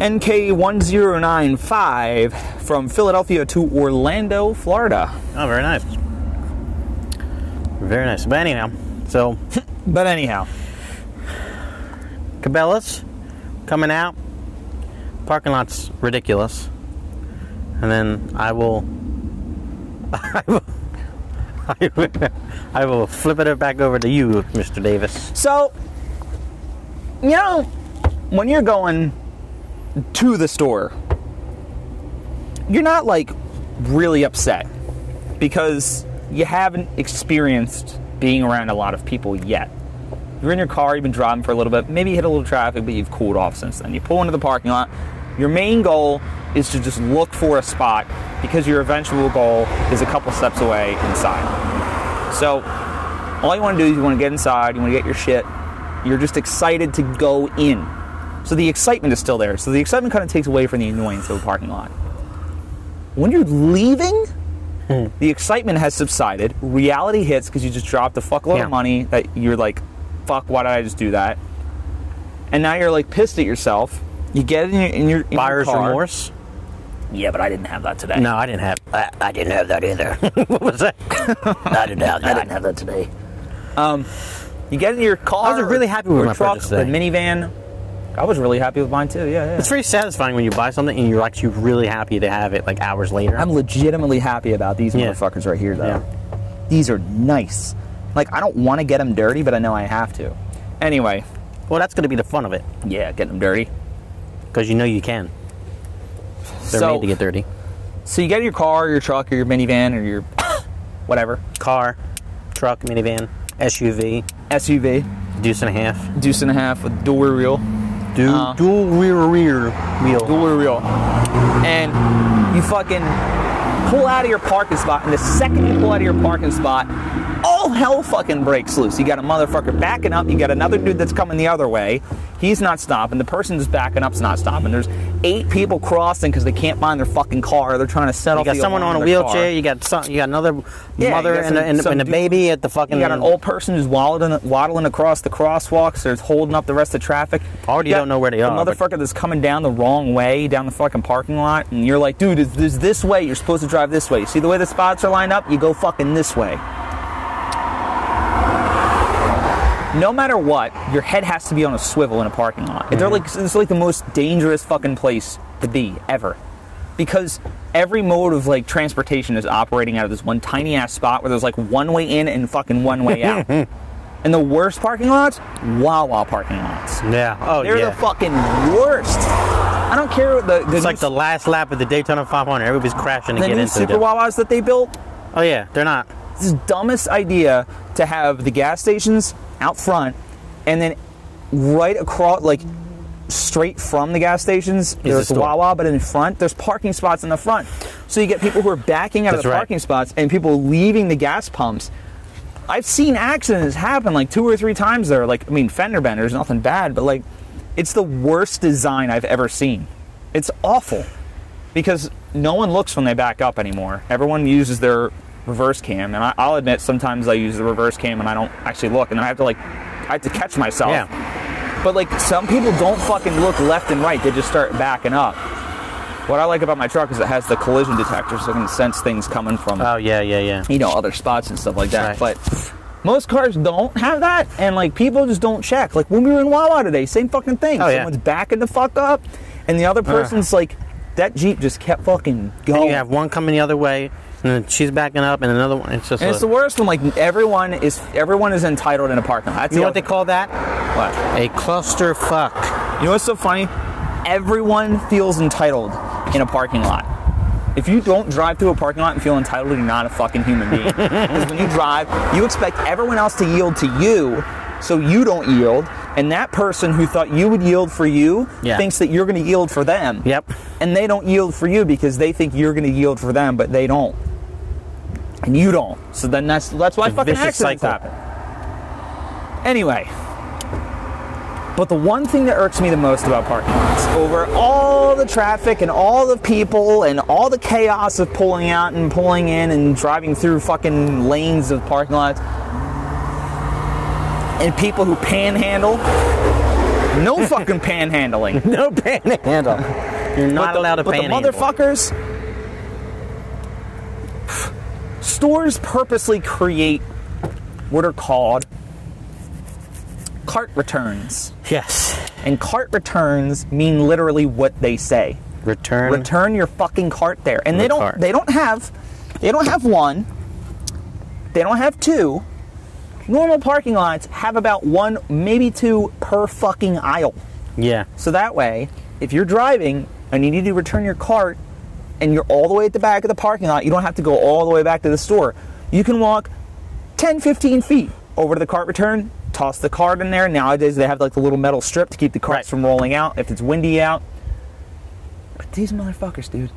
Speaker 1: NK1095 from Philadelphia to Orlando, Florida.
Speaker 2: Oh, very nice. Very nice. But anyhow, so <laughs>
Speaker 1: But anyhow,
Speaker 2: Cabela's coming out. Parking lot's ridiculous. And then I will. <laughs> I will. I will flip it back over to you, Mr. Davis.
Speaker 1: So, you know, when you're going to the store, you're not like really upset because you haven't experienced being around a lot of people yet. You're in your car, you've been driving for a little bit, maybe you hit a little traffic, but you've cooled off since then. You pull into the parking lot. Your main goal is to just look for a spot because your eventual goal is a couple steps away inside. So, all you want to do is you want to get inside, you want to get your shit. You're just excited to go in. So the excitement is still there. So the excitement kind of takes away from the annoyance of a parking lot. When you're leaving,
Speaker 2: Hmm.
Speaker 1: the excitement has subsided. Reality hits because you just dropped a fuckload
Speaker 2: Yeah.
Speaker 1: of money that you're like, fuck, why did I just do that? And now you're like pissed at yourself. You get in your, in your in your
Speaker 2: Buyer's
Speaker 1: car.
Speaker 2: remorse?
Speaker 1: Yeah, but I didn't have that today.
Speaker 2: No, I didn't have. I, I didn't have that either. <laughs> what was that? I didn't have that. I didn't have that today.
Speaker 1: You get in your car.
Speaker 2: I was really happy with
Speaker 1: or
Speaker 2: my
Speaker 1: truck,
Speaker 2: purchase
Speaker 1: the
Speaker 2: today.
Speaker 1: minivan. I was really happy with mine too. Yeah, yeah.
Speaker 2: It's very satisfying when you buy something and you're actually really happy to have it like hours later.
Speaker 1: I'm legitimately happy about these
Speaker 2: Yeah.
Speaker 1: motherfuckers right here, though.
Speaker 2: Yeah.
Speaker 1: These are nice. Like, I don't want to get them dirty, but I know I have to. Anyway,
Speaker 2: well, that's going to be the fun of it
Speaker 1: yeah, get them dirty.
Speaker 2: because you know you can. They're
Speaker 1: so,
Speaker 2: made to get dirty.
Speaker 1: so you get in your car, your truck, or your <coughs> minivan, or your whatever
Speaker 2: Car, truck, minivan, SUV.
Speaker 1: SUV,
Speaker 2: Deuce and a half.
Speaker 1: Deuce and a half with dual rear wheel.
Speaker 2: Du-
Speaker 1: Uh.
Speaker 2: dual rear rear wheel.
Speaker 1: Dual rear wheel. And you fucking pull out of your parking spot, and the second you pull out of your parking spot, all hell fucking breaks loose. You got a motherfucker backing up, you got another dude that's coming the other way. He's not stopping. The person that's backing up's not stopping. There's eight people crossing because they can't find their fucking car. They're trying to set
Speaker 2: You
Speaker 1: off
Speaker 2: got
Speaker 1: the
Speaker 2: someone
Speaker 1: alarm
Speaker 2: on a
Speaker 1: in their
Speaker 2: wheelchair.
Speaker 1: car.
Speaker 2: You got some. You got another
Speaker 1: Yeah, you
Speaker 2: mother
Speaker 1: got
Speaker 2: and, a,
Speaker 1: some-
Speaker 2: and, a-
Speaker 1: some
Speaker 2: and a
Speaker 1: dude-
Speaker 2: baby at the fucking.
Speaker 1: You got an old person who's waddling, waddling across the crosswalks. There's holding up the rest of traffic.
Speaker 2: Already
Speaker 1: You got
Speaker 2: don't know where they
Speaker 1: the
Speaker 2: are, but-
Speaker 1: motherfucker that's coming down the wrong way, down the fucking parking lot, and you're like, dude, is is this way? You're supposed to drive this way. You see the way the spots are lined up? You go fucking this way. No matter what, your head has to be on a swivel in a parking lot.
Speaker 2: Mm-hmm.
Speaker 1: They're like, it's like the most dangerous fucking place to be ever because every mode of like transportation is operating out of this one tiny ass spot where there's like one way in and fucking one way
Speaker 2: <laughs>
Speaker 1: out. and the worst parking lots, Wawa parking lots.
Speaker 2: Yeah. Oh
Speaker 1: They're
Speaker 2: yeah.
Speaker 1: the fucking worst. I don't care what the, the new,
Speaker 2: it's like the last lap of the Daytona 500. Everybody's crashing to
Speaker 1: the
Speaker 2: get
Speaker 1: new
Speaker 2: into
Speaker 1: super
Speaker 2: it.
Speaker 1: Wawas that they built.
Speaker 2: Oh yeah, they're not.
Speaker 1: It's the dumbest idea to have the gas stations out front and then right across like straight from the gas stations there's
Speaker 2: store.
Speaker 1: Wawa but in front there's parking spots in the front so you get people who are backing out of
Speaker 2: That's
Speaker 1: the
Speaker 2: right.
Speaker 1: parking spots and people leaving the gas pumps I've seen accidents happen like two or three times there like I mean fender benders nothing bad but like it's the worst design I've ever seen it's awful because no one looks when they back up anymore. Everyone uses their reverse cam, and I, I'll admit sometimes I use the reverse cam and I don't actually look, and then I have to like I have to catch myself.
Speaker 2: Yeah.
Speaker 1: But like some people don't fucking look left and right; they just start backing up. What I like about my truck is it has the collision detector, so I can sense things coming from
Speaker 2: Oh yeah, yeah, yeah.
Speaker 1: you know other spots and stuff like that.
Speaker 2: Right.
Speaker 1: But most cars don't have that, and like people just don't check. Like when we were in Wawa today, same fucking thing.
Speaker 2: Oh, yeah.
Speaker 1: Someone's backing the fuck up, and the other person's like, that Jeep just kept fucking
Speaker 2: And
Speaker 1: going.
Speaker 2: you have one coming the other way, and then she's backing up, and another one. It's just.
Speaker 1: and
Speaker 2: a-
Speaker 1: it's the worst when like everyone is everyone is entitled in a parking lot. That's
Speaker 2: you know
Speaker 1: the
Speaker 2: what they
Speaker 1: other-
Speaker 2: call that?
Speaker 1: what?
Speaker 2: A cluster fuck.
Speaker 1: You know what's so funny? Everyone feels entitled in a parking lot. If you don't drive through a parking lot and feel entitled, you're not a fucking human
Speaker 2: <laughs>
Speaker 1: being. Because when you drive, you expect everyone else to yield to you, so you don't yield, and that person who thought you would yield for you
Speaker 2: Yeah.
Speaker 1: thinks that you're going to yield for them.
Speaker 2: Yep.
Speaker 1: And they don't yield for you because they think you're going to yield for them, but they don't. And you don't. So then that's that's why
Speaker 2: It's a
Speaker 1: fucking
Speaker 2: vicious
Speaker 1: accidents
Speaker 2: cycle.
Speaker 1: happen. Anyway, but the one thing that irks me the most about parking lots, over all the traffic and all the people and all the chaos of pulling out and pulling in and driving through fucking lanes of parking lots, and people who panhandle. No <laughs> fucking panhandling.
Speaker 2: <laughs> No panhandle. You're not
Speaker 1: the-
Speaker 2: allowed to
Speaker 1: but
Speaker 2: panhandle.
Speaker 1: the motherfuckers. Stores purposely create what are called cart returns.
Speaker 2: Yes.
Speaker 1: And cart returns mean literally what they say.
Speaker 2: Return.
Speaker 1: Return your fucking cart there. And they
Speaker 2: The
Speaker 1: don't
Speaker 2: Hmm. cart.
Speaker 1: they don't have they don't have one. They don't have two. Normal parking lots have about one, maybe two per fucking aisle.
Speaker 2: Yeah.
Speaker 1: So that way, if you're driving and you need to return your cart and you're all the way at the back of the parking lot, you don't have to go all the way back to the store. You can walk 10, 15 feet over to the cart return, toss the cart in there. Nowadays, they have like the little metal strip to keep the carts
Speaker 2: Right.
Speaker 1: from rolling out if it's windy out. But these motherfuckers, dude.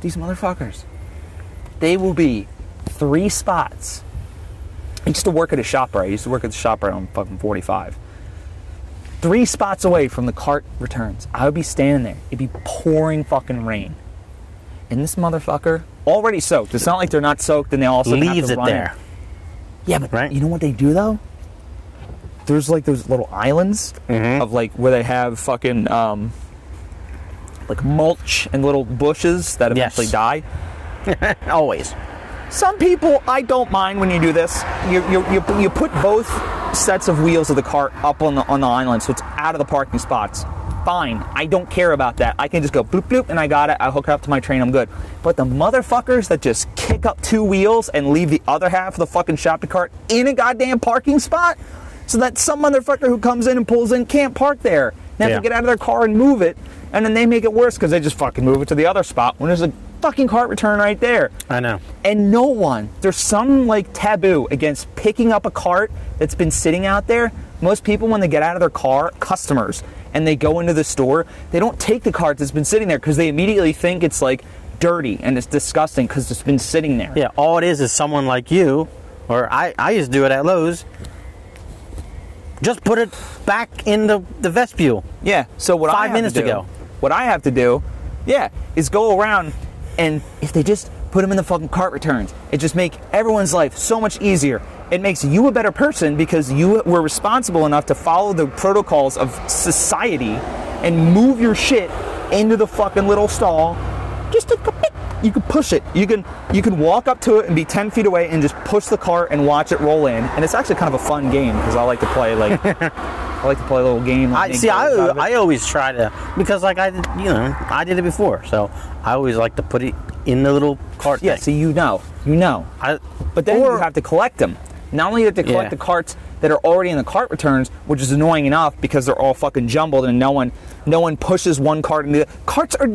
Speaker 1: these motherfuckers. They will be three spots. I used to work at a shop right. I used to work at the shop right on fucking 45 three spots away from the cart returns. I would be standing there. It'd be pouring fucking rain. And this motherfucker, already soaked. It's not like they're not soaked and they also have
Speaker 2: Leaves
Speaker 1: to
Speaker 2: it
Speaker 1: run
Speaker 2: there.
Speaker 1: Yeah, but
Speaker 2: Right.
Speaker 1: you know what they do though? There's like those little islands
Speaker 2: Mm-hmm.
Speaker 1: of like where they have fucking um, like mulch and little bushes that
Speaker 2: Yes.
Speaker 1: eventually die.
Speaker 2: Always.
Speaker 1: Some people, I don't mind when you do this. You, you, you, you put both sets of wheels of the cart up on the on the island, so it's out of the parking spots. Fine, I don't care about that. I can just go bloop bloop, and I got it. I hook it up to my train. I'm good. But the motherfuckers that just kick up two wheels and leave the other half of the fucking shopping cart in a goddamn parking spot, so that some motherfucker who comes in and pulls in can't park there. They have
Speaker 2: Yeah.
Speaker 1: to get out of their car and move it, and then they make it worse because they just fucking move it to the other spot when there's a fucking cart return right there.
Speaker 2: I know.
Speaker 1: And no one, there's some like taboo against picking up a cart that's been sitting out there. Most people, when they get out of their car, customers, and they go into the store, they don't take the cart that's been sitting there because they immediately think it's like dirty and it's disgusting because it's been sitting there.
Speaker 2: Yeah, all it is is someone like you, or I, I used to do it at Lowe's. Just put it back in the, the vestibule.
Speaker 1: Yeah. So what I
Speaker 2: Five
Speaker 1: have
Speaker 2: minutes
Speaker 1: to do,
Speaker 2: ago.
Speaker 1: What I have to do, yeah, is go around and if they just put them in the fucking cart returns, it just make everyone's life so much easier. It makes you a better person because you were responsible enough to follow the protocols of society and move your shit into the fucking little stall. Just a click. you can push it. You can you can walk up to it and be ten feet away and just push the cart and watch it roll in. And it's actually kind of a fun game because I like to play like <laughs> I like to play a little game. like
Speaker 2: I
Speaker 1: make
Speaker 2: see. I,
Speaker 1: goals out of it.
Speaker 2: I always try to because like I did- you know I did it before, so I always like to put it in the little cart.
Speaker 1: Yeah,
Speaker 2: thing.
Speaker 1: so you know, you know.
Speaker 2: I,
Speaker 1: But then
Speaker 2: or-
Speaker 1: you have to collect them. Not only do you have to collect
Speaker 2: Yeah.
Speaker 1: the carts that are already in the cart returns, which is annoying enough because they're all fucking jumbled and no one, no one pushes one cart into the carts are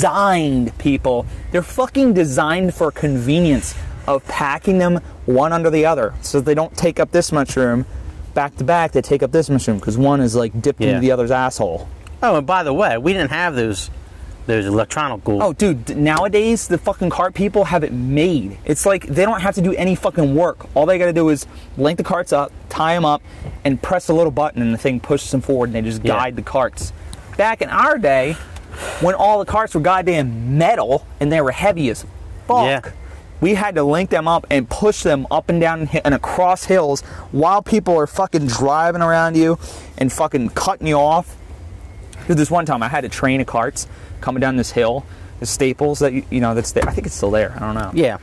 Speaker 1: designed, people. They're fucking designed for convenience of packing them one under the other, so that they don't take up this much room. Back to back, they take up this much room because one is like dipped
Speaker 2: Yeah.
Speaker 1: into the other's asshole.
Speaker 2: oh, and by the way, we didn't have those those electronic goals.
Speaker 1: Oh, dude, th- nowadays the fucking cart people have it made. It's like they don't have to do any fucking work. All they gotta do is link the carts up, tie them up, and press a little button, and the thing pushes them forward, and they just
Speaker 2: Yeah.
Speaker 1: guide the carts. Back in our day, when all the carts were goddamn metal and they were heavy as fuck,
Speaker 2: Yeah.
Speaker 1: we had to link them up and push them up and down hi- and across hills while people are fucking driving around you and fucking cutting you off. Dude, this one time I had a train of carts coming down this hill, the Staples that you, you know that's there. I think it's still there. I don't know.
Speaker 2: yeah,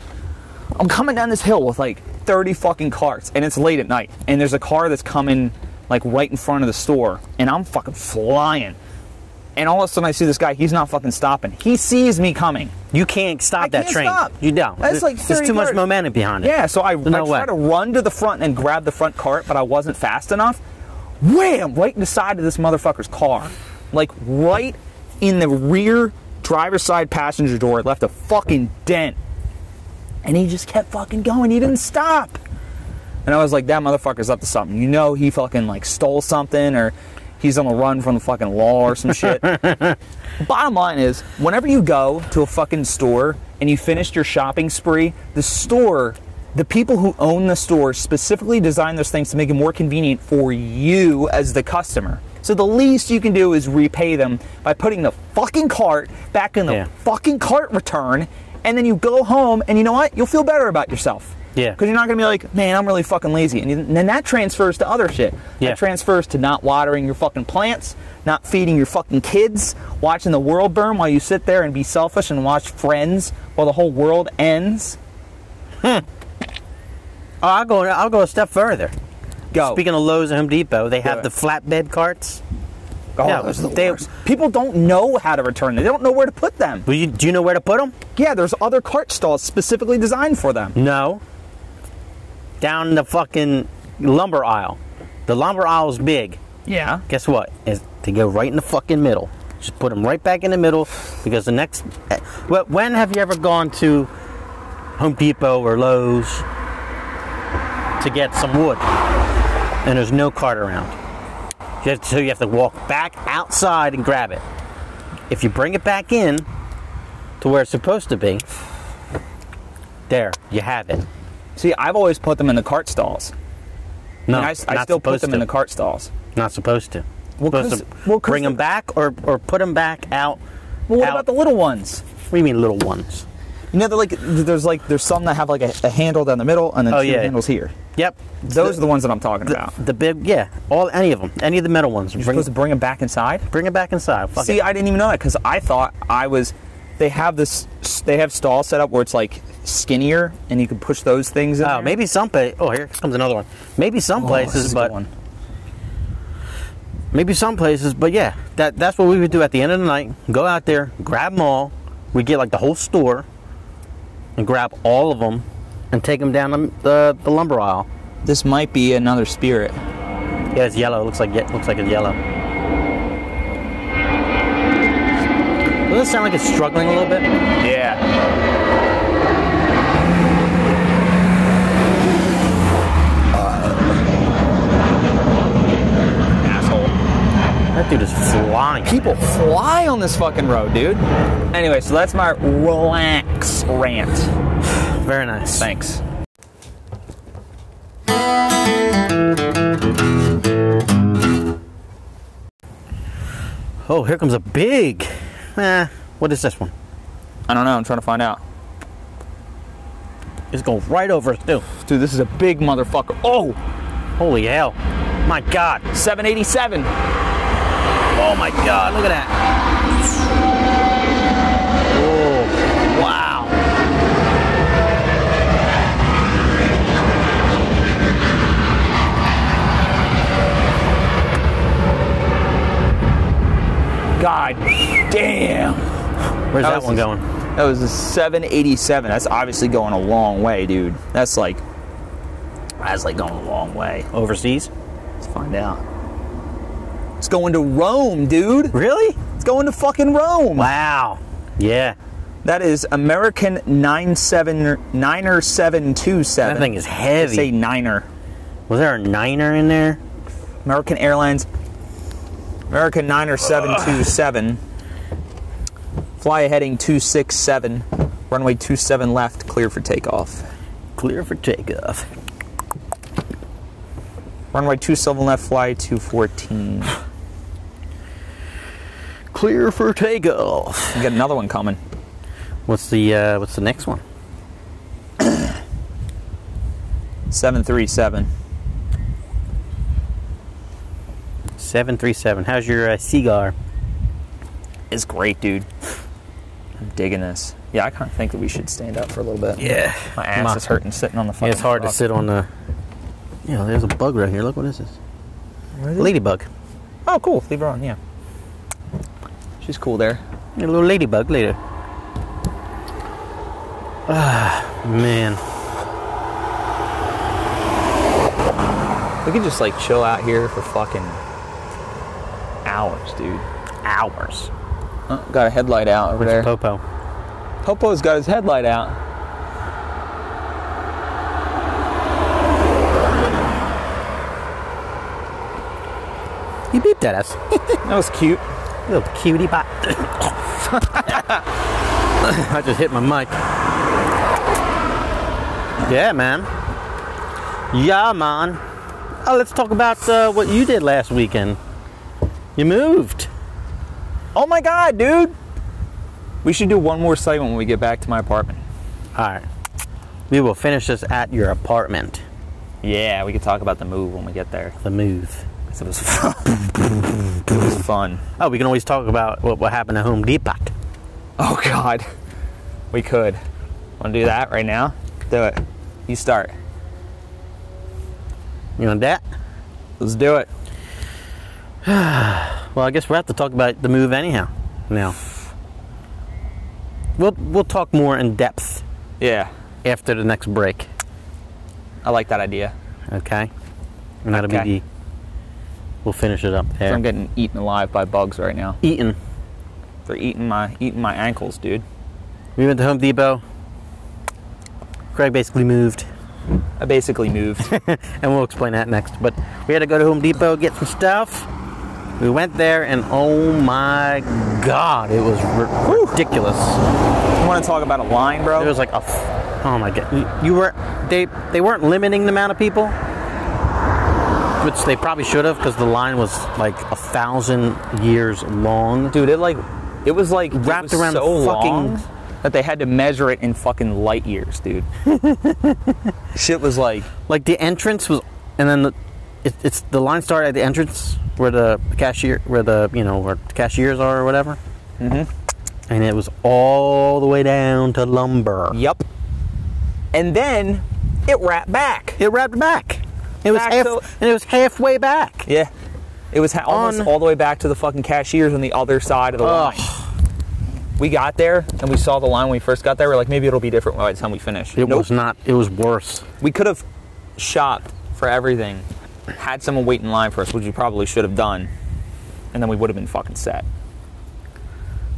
Speaker 1: I'm coming down this hill with like 30 fucking carts, and it's late at night, and there's a car that's coming like right in front of the store, and I'm fucking flying. And all of a sudden, I see this guy. He's not fucking stopping. He sees me coming.
Speaker 2: you can't stop
Speaker 1: I
Speaker 2: that
Speaker 1: can't
Speaker 2: train.
Speaker 1: stop.
Speaker 2: You don't.
Speaker 1: That's
Speaker 2: There-
Speaker 1: like
Speaker 2: there's
Speaker 1: 30
Speaker 2: too much
Speaker 1: yards.
Speaker 2: momentum behind it.
Speaker 1: Yeah, so I,
Speaker 2: no
Speaker 1: I
Speaker 2: way.
Speaker 1: tried to run to the front and grab the front cart, but I wasn't fast enough. Wham! Right in the side of this motherfucker's car. Like right in the rear driver's side passenger door. It left a fucking dent. And he just kept fucking going. He didn't stop. And I was like, that motherfucker's up to something. You know he fucking like stole something or he's on the run from the fucking law or some
Speaker 2: <laughs>
Speaker 1: shit. Bottom line is, whenever you go to a fucking store and you finished your shopping spree, the store, the people who own the store specifically design those things to make it more convenient for you as the customer. So the least you can do is repay them by putting the fucking cart back in the
Speaker 2: Yeah.
Speaker 1: fucking cart return, and then you go home and you know what? You'll feel better about yourself.
Speaker 2: Yeah.
Speaker 1: Because you're not gonna be like, man, I'm really fucking lazy, and then- then that transfers to other shit.
Speaker 2: Yeah.
Speaker 1: That transfers to not watering your fucking plants, not feeding your fucking kids, watching the world burn while you sit there and be selfish and watch Friends while the whole world ends.
Speaker 2: Oh, I'll go. I'll go a step further.
Speaker 1: Go.
Speaker 2: Speaking of Lowe's and Home Depot, they have
Speaker 1: it.
Speaker 2: the flatbed carts.
Speaker 1: oh,
Speaker 2: yeah,
Speaker 1: those are the
Speaker 2: they-
Speaker 1: worst. people don't know how to return them. They don't know where to put them.
Speaker 2: Will you, do you know where to put them?
Speaker 1: Yeah, there's other cart stalls specifically designed for them.
Speaker 2: No. Down the fucking lumber aisle. The lumber aisle's big.
Speaker 1: Yeah.
Speaker 2: Guess what? Is they go right in the fucking middle. Just put them right back in the middle because the next. eh, wh- When have you ever gone to Home Depot or Lowe's to get some wood and there's no cart around? You have to, so you have to walk back outside and grab it. If you bring it back in to where it's supposed to be, there, you have it.
Speaker 1: See, I've always put them in the cart stalls.
Speaker 2: No,
Speaker 1: and I, I
Speaker 2: not
Speaker 1: still put
Speaker 2: supposed
Speaker 1: them in
Speaker 2: to.
Speaker 1: the cart stalls.
Speaker 2: Not supposed to.
Speaker 1: Well,
Speaker 2: supposed
Speaker 1: 'cause-
Speaker 2: to
Speaker 1: well, 'cause
Speaker 2: bring them
Speaker 1: the-
Speaker 2: back or, or put them back out.
Speaker 1: Well, what
Speaker 2: out-
Speaker 1: about the little ones?
Speaker 2: What do you mean little ones?
Speaker 1: You know, they're like there's like there's some that have like a, a handle down the middle and then
Speaker 2: Oh,
Speaker 1: two
Speaker 2: yeah.
Speaker 1: handles here.
Speaker 2: Yep.
Speaker 1: Those are the ones that I'm talking
Speaker 2: The,
Speaker 1: about.
Speaker 2: the big, yeah. All any of them, any of the metal ones.
Speaker 1: You're
Speaker 2: Bring,
Speaker 1: supposed to bring them back inside.
Speaker 2: bring it back inside. Fuck
Speaker 1: See,
Speaker 2: it.
Speaker 1: I didn't even know that because I thought I was. They have this. They have stalls set up where it's like skinnier, and you can push those things. In
Speaker 2: oh,
Speaker 1: there.
Speaker 2: maybe some place. Oh, here comes another one. Maybe some
Speaker 1: Oh, this
Speaker 2: places,
Speaker 1: is a good
Speaker 2: but
Speaker 1: one.
Speaker 2: maybe some places, but yeah. That that's what we would do at the end of the night. Go out there, grab them all. We get like the whole store, and grab all of them, and take them down the, the, the lumber aisle.
Speaker 1: this might be another spirit.
Speaker 2: Yeah, it's yellow. It looks like it looks like it's yellow. Doesn't it sound like it's struggling a little bit?
Speaker 1: Yeah.
Speaker 2: Uh,
Speaker 1: Asshole.
Speaker 2: That dude is flying.
Speaker 1: People fly on this fucking road, dude. Anyway, so that's my relax rant.
Speaker 2: Very nice.
Speaker 1: Thanks.
Speaker 2: Oh, here comes a big. Eh, what is this one?
Speaker 1: I don't know. I'm trying to find out.
Speaker 2: It's going right over us, too.
Speaker 1: Dude, this is a big motherfucker. Oh,
Speaker 2: Holy hell. My God.
Speaker 1: 787.
Speaker 2: Oh, my God. Look at that. Oh,
Speaker 1: Wow. God damn.
Speaker 2: where's
Speaker 1: How
Speaker 2: that
Speaker 1: is
Speaker 2: one
Speaker 1: this-
Speaker 2: going?
Speaker 1: That was a 787. That's obviously going a long way, dude. That's like, that's like going a long way.
Speaker 2: Overseas?
Speaker 1: Let's find out. It's going to Rome, dude.
Speaker 2: Really?
Speaker 1: It's going to fucking Rome.
Speaker 2: Wow. Yeah.
Speaker 1: That is American 97 Niner 727.
Speaker 2: That thing is
Speaker 1: They say
Speaker 2: heavy.
Speaker 1: Niner.
Speaker 2: Was there a niner in there?
Speaker 1: American Airlines American Niner 727. Fly heading 267. Runway 27 left, clear for takeoff.
Speaker 2: Clear for takeoff.
Speaker 1: Runway 27 left, fly 214.
Speaker 2: Clear for takeoff.
Speaker 1: We got another one coming.
Speaker 2: What's the uh, What's the next one?
Speaker 1: 737.
Speaker 2: Seven three seven. How's your uh, cigar?
Speaker 1: It's great, dude. I'm digging this. Yeah, I kind of think that we should stand up for a little bit.
Speaker 2: Yeah.
Speaker 1: My ass
Speaker 2: My-
Speaker 1: is hurting sitting on the fucking
Speaker 2: it's hard to
Speaker 1: rock.
Speaker 2: sit on the. Yeah, there's a bug right here. Look what is this? Ladybug.
Speaker 1: Oh, cool. Leave her on. Yeah. She's cool there.
Speaker 2: A little ladybug later. Ah, man.
Speaker 1: We could just like chill out here for fucking hours, dude.
Speaker 2: Hours.
Speaker 1: Uh, got a headlight out over there.
Speaker 2: Popo.
Speaker 1: Popo's got his headlight out.
Speaker 2: You beeped at us.
Speaker 1: That was cute.
Speaker 2: little cutie pie. I just hit my mic. Yeah, man. Yeah, man. Oh, let's talk about uh, what you did last weekend. You moved.
Speaker 1: Oh my god, dude! We should do one more segment when we get back to my apartment.
Speaker 2: All right. We will finish this at your apartment.
Speaker 1: Yeah, we could talk about the move when we get there.
Speaker 2: The move.
Speaker 1: 'Cause it was fun. it was fun.
Speaker 2: Oh, we can always talk about what, what happened at Home Depot.
Speaker 1: Oh god. We could. Wanna do that right now? Do it. You start.
Speaker 2: You know that?
Speaker 1: Let's do it.
Speaker 2: Well, I guess we'll have to talk about the move anyhow. Now, we'll we'll talk more in depth
Speaker 1: Yeah.
Speaker 2: after the next break.
Speaker 1: I like that idea.
Speaker 2: Okay. And that'll
Speaker 1: Okay.
Speaker 2: be the. We'll finish it up there.
Speaker 1: I'm getting eaten alive by bugs right now.
Speaker 2: Eaton.
Speaker 1: They're eating my eating my ankles, dude.
Speaker 2: We went to Home Depot. Craig basically moved,
Speaker 1: I basically moved.
Speaker 2: <laughs> and we'll explain that next. But we had to go to Home Depot get some stuff. We went there, and oh my God, it was ri ridiculous.
Speaker 1: you want to talk about a line, bro?
Speaker 2: It was like a. F- oh my God, You- you were they they weren't limiting the amount of people, which they probably should have because the line was like a thousand years long.
Speaker 1: dude, it like it was like it
Speaker 2: Wrapped
Speaker 1: was
Speaker 2: around
Speaker 1: so
Speaker 2: fucking-
Speaker 1: long that they had to measure it in fucking light years,
Speaker 2: <laughs>
Speaker 1: dude. Shit was like
Speaker 2: like the entrance was, and then the, it, it's the line started at the entrance where the cashier, where the you know where the cashiers are or whatever, mm-hmm. and it was all the way down to lumber.
Speaker 1: Yep. And then it wrapped back.
Speaker 2: It wrapped back. It was
Speaker 1: Back
Speaker 2: half,
Speaker 1: to-
Speaker 2: and it was halfway back.
Speaker 1: Yeah. It was ha- almost
Speaker 2: On-
Speaker 1: all the way back to the fucking cashiers on the other side of the
Speaker 2: Ugh.
Speaker 1: line. We got there and we saw the line when we first got there. We're like, maybe it'll be different by the time we finish.
Speaker 2: It
Speaker 1: Nope.
Speaker 2: was not. It was worse.
Speaker 1: We could have shopped for everything, had someone wait in line for us, which we probably should have done, and then we would have been fucking set.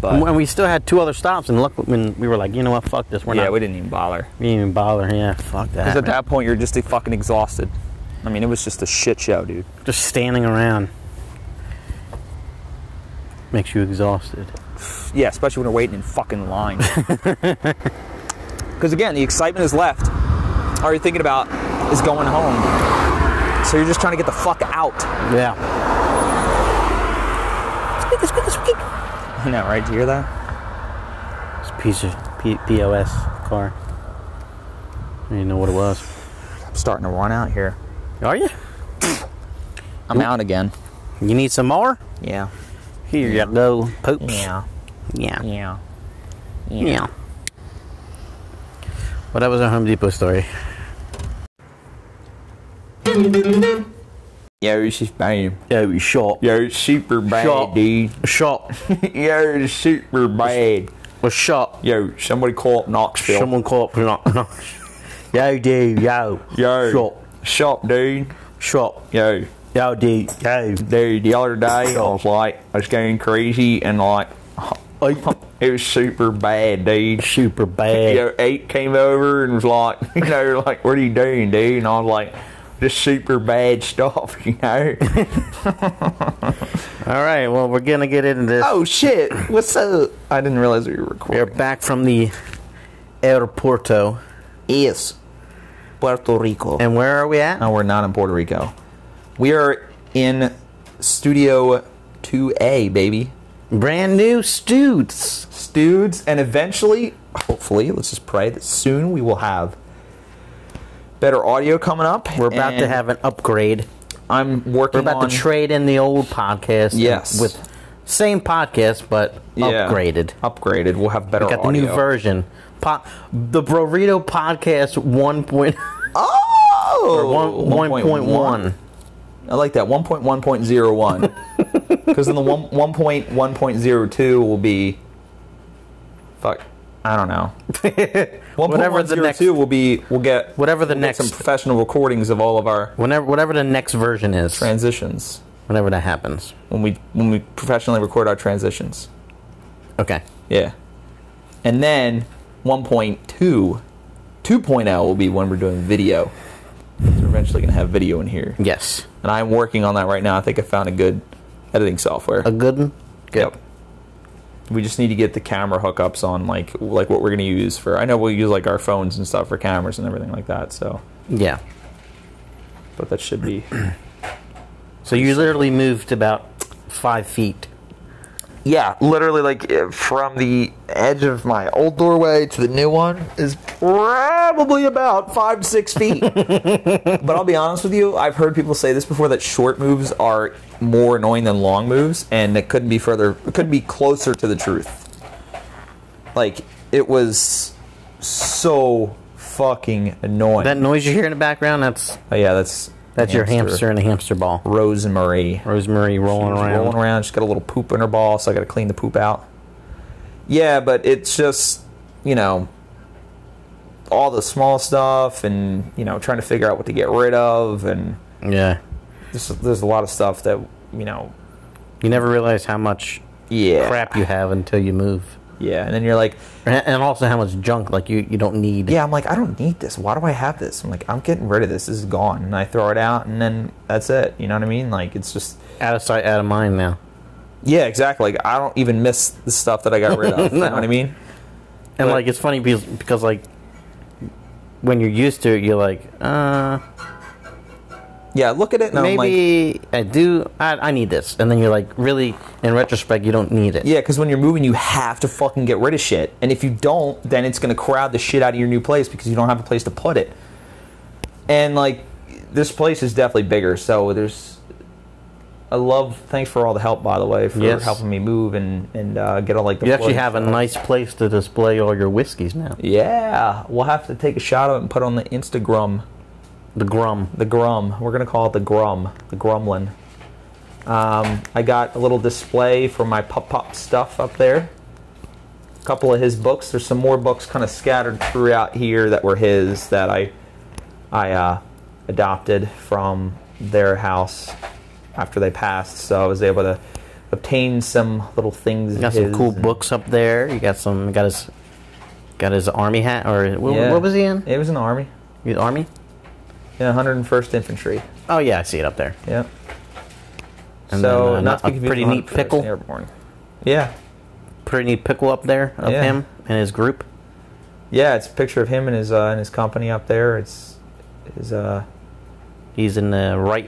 Speaker 1: But
Speaker 2: And we- and we still had two other stops, and look, when we were like, you know what, fuck this, we're
Speaker 1: yeah,
Speaker 2: not,
Speaker 1: we didn't even bother.
Speaker 2: we didn't even bother. Yeah, fuck that.
Speaker 1: Because at
Speaker 2: man.
Speaker 1: that point, you're just fucking exhausted. I mean, it was just a shit show, dude.
Speaker 2: Just standing around makes you exhausted.
Speaker 1: Yeah, especially when you're waiting in fucking
Speaker 2: <laughs>
Speaker 1: line. Because again, the excitement is left. All you're thinking about is going home. So you're just trying to get the fuck out. <laughs>
Speaker 2: Yeah.
Speaker 1: I know, right? Do you hear that?
Speaker 2: It's a piece of P- POS car. I didn't know what it was.
Speaker 1: I'm starting to run out here.
Speaker 2: Are you?
Speaker 1: I'm out again.
Speaker 2: You need some more?
Speaker 1: Yeah.
Speaker 2: Here you go, poops.
Speaker 1: Yeah.
Speaker 2: Yeah. Yeah.
Speaker 1: Yeah.
Speaker 2: Well, that was our Home Depot story.
Speaker 5: Yeah, it's just bad.
Speaker 2: Yeah, we shot.
Speaker 5: You're super bad,
Speaker 2: Shot.
Speaker 5: dude.
Speaker 2: <laughs> Shot.
Speaker 5: You're super bad.
Speaker 2: was shot.
Speaker 5: Yo, somebody call up Knoxville.
Speaker 2: Someone caught up. <laughs> yo, dude, yo.
Speaker 5: Yo,
Speaker 2: Shot.
Speaker 5: shop, dude.
Speaker 2: Shot.
Speaker 5: Yo,
Speaker 2: Yo, dude, yo.
Speaker 5: dude. The other day, I was like, I was going crazy, and like, <laughs> it was super bad, dude.
Speaker 2: Super bad.
Speaker 5: Yo, eight came over and was like, <laughs> you know, like, what are you doing, dude? And I was like, just super bad stuff, <laughs> you know.
Speaker 2: All right, well, we're going to get into this.
Speaker 5: oh shit, what's up? I didn't realize we were recording.
Speaker 2: We're back from the aeroporto.
Speaker 5: Yes, Puerto Rico.
Speaker 2: And where are we at?
Speaker 5: No, we're not in Puerto Rico. We are in Studio 2A, baby.
Speaker 2: Brand new studes.
Speaker 5: Studes, and eventually, hopefully, let's just pray that soon we will have better audio coming up.
Speaker 2: We're about to
Speaker 5: and
Speaker 2: have an upgrade.
Speaker 5: I'm working
Speaker 2: We're about
Speaker 5: on
Speaker 2: to trade in the old podcast.
Speaker 5: Yes.
Speaker 2: With same podcast, but
Speaker 5: Yeah,
Speaker 2: upgraded.
Speaker 5: Upgraded. We'll have better
Speaker 2: We got the new
Speaker 5: audio.
Speaker 2: version. Po- the Burrito Podcast 1. Point,
Speaker 5: Oh!
Speaker 2: or one- 1.1.
Speaker 5: I like
Speaker 2: <laughs>
Speaker 5: that. 1.1.01. Because then the one- 1.1.02 will be. Fuck. I
Speaker 2: <laughs>
Speaker 5: don't know.
Speaker 2: Whatever the
Speaker 5: 1.102
Speaker 2: next-
Speaker 5: will be, we'll get
Speaker 2: Whatever the
Speaker 5: we'll get
Speaker 2: next-
Speaker 5: some professional recordings of all of our
Speaker 2: Whenever, whatever the next version is,
Speaker 5: transitions
Speaker 2: whenever that happens.
Speaker 5: when we when we professionally record our transitions.
Speaker 2: Okay.
Speaker 5: Yeah, and then 1.2, 2.0 will be when we're doing video. We're eventually gonna have video in here,
Speaker 2: Yes.
Speaker 5: and I'm working on that right now. I think I found a good editing software.
Speaker 2: A good one? Good.
Speaker 5: Yep. We just need to get the camera hookups on like like what we're gonna use for. I know we'll use like our phones and stuff for cameras and everything like that. So,
Speaker 2: Yeah.
Speaker 5: but that
Speaker 2: <clears throat>
Speaker 5: should be.
Speaker 2: So you literally moved about five feet.
Speaker 5: yeah, literally like uh, from the edge of my old doorway to the new one is probably about five to six
Speaker 2: <laughs>
Speaker 5: feet. but I'll be honest with you, I've heard people say this before that short moves are more annoying than long moves, and it couldn't be further. It couldn't be closer to the truth. Like it was so fucking annoying.
Speaker 2: That noise you hear in the background, that's
Speaker 5: Oh, yeah, that's
Speaker 2: that's your hamster and a hamster ball.
Speaker 5: Rosemary.
Speaker 2: Rosemary rolling
Speaker 5: She's
Speaker 2: around.
Speaker 5: rolling around. She's got a little poop in her ball, so I got to clean the poop out. Yeah, but it's just you know all the small stuff, and you know trying to figure out what to get rid of, and
Speaker 2: Yeah.
Speaker 5: there's, there's a lot of stuff that you know.
Speaker 2: You never realize how much
Speaker 5: Yeah.
Speaker 2: crap you have until you move.
Speaker 5: Yeah, and then you're like,
Speaker 2: And and also how much junk like you, you don't need.
Speaker 5: yeah, I'm like, I don't need this. Why do I have this? I'm like, I'm getting rid of this. This is gone, and I throw it out, and then that's it. You know what I mean? Like, it's just
Speaker 2: Out of sight, out of mind now.
Speaker 5: yeah, exactly. Like, I don't even miss the stuff that I got rid
Speaker 2: <laughs>
Speaker 5: of. You know what I mean?
Speaker 2: And
Speaker 5: But-
Speaker 2: like it's funny because, because like when you're used to it, you're like, uh,
Speaker 5: Yeah, look at it, and I'm like.
Speaker 2: maybe I do. I, I need this, and then you're like, really? In retrospect, you don't need it.
Speaker 5: Yeah, because when you're moving, you have to fucking get rid of shit. And if you don't, then it's going to crowd the shit out of your new place because you don't have a place to put it. And, like, this place is definitely bigger. So there's. I love. Thanks for all the help, by the way, for
Speaker 2: Yes.
Speaker 5: helping me move and, and uh, get all, like, the.
Speaker 2: You actually
Speaker 5: floors.
Speaker 2: have a nice place to display all your whiskeys now.
Speaker 5: Yeah. We'll have to take a shot of it and put it on the Instagram.
Speaker 2: The Grum.
Speaker 5: The Grum. We're going to call it the Grum. The Grumlin. Um, I got a little display for my Pop Pop stuff up there. A couple of his books. There's some more books kind of scattered throughout here that were his that I, I uh, adopted from their house after they passed. So I was able to
Speaker 1: obtained some little things.
Speaker 2: You got some cool books up there. You got some. you Got his. Got his army hat, or wh- what was he in?
Speaker 1: It was in the army.
Speaker 2: His army?
Speaker 1: Yeah, 101st Infantry.
Speaker 2: Oh yeah, I see it up there.
Speaker 1: Yeah.
Speaker 2: And
Speaker 1: so
Speaker 5: Oh,
Speaker 2: then, uh,
Speaker 1: not to
Speaker 2: a
Speaker 1: be confused
Speaker 2: pretty
Speaker 1: with
Speaker 2: neat
Speaker 1: 101st
Speaker 2: pickle.
Speaker 1: Airborne. Yeah,
Speaker 2: Pretty neat pickle up there of
Speaker 1: Yeah.
Speaker 2: him and his group.
Speaker 1: yeah. It's a picture of him and his uh, and his company up there. It's his uh,
Speaker 2: He's in the right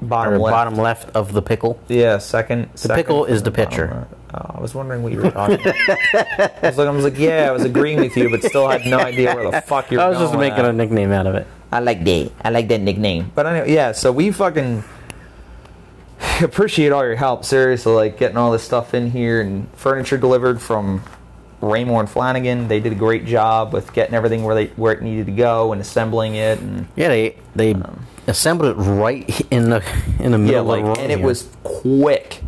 Speaker 1: bottom
Speaker 2: or
Speaker 1: left.
Speaker 2: bottom left of the pickle.
Speaker 1: Yeah, second. The
Speaker 2: pickle is the pitcher.
Speaker 1: Oh, I was wondering what you were talking. about. I was like, I was like, yeah, I was agreeing with you, but still had no idea where the fuck you were
Speaker 2: <laughs> I was just
Speaker 1: going with
Speaker 2: making
Speaker 1: that.
Speaker 2: a nickname out of it.
Speaker 1: I like that. I like that nickname. But anyway, yeah. So we fucking <laughs> appreciate all your help. Seriously, like getting all this stuff in here and furniture delivered from Raymore and Flanagan. They did a great job with getting everything where they where it needed to go and assembling it. And
Speaker 2: Yeah, they they assembled it right in the in the middle
Speaker 1: Um, yeah, like
Speaker 2: of the room
Speaker 1: and it
Speaker 2: here.
Speaker 1: was quick.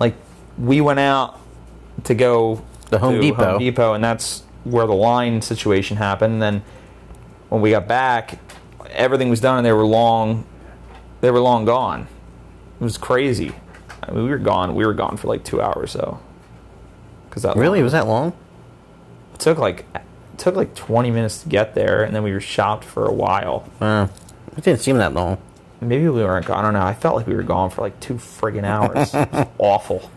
Speaker 1: Like we went out to go
Speaker 2: The Home
Speaker 1: to
Speaker 2: Depot.
Speaker 1: Home Depot, and that's where the line situation happened. And then when we got back, everything was done, and they were long. They were long gone. It was crazy. I mean, we were gone. We were gone for like two hours, so. Cause that
Speaker 2: really was that long.
Speaker 1: it took like it took like twenty minutes to get there, and then we were shopped for a while.
Speaker 2: Wow, it didn't seem that long.
Speaker 1: Maybe we weren't gone. I don't know. I felt like we were gone for like two friggin' hours. It was awful.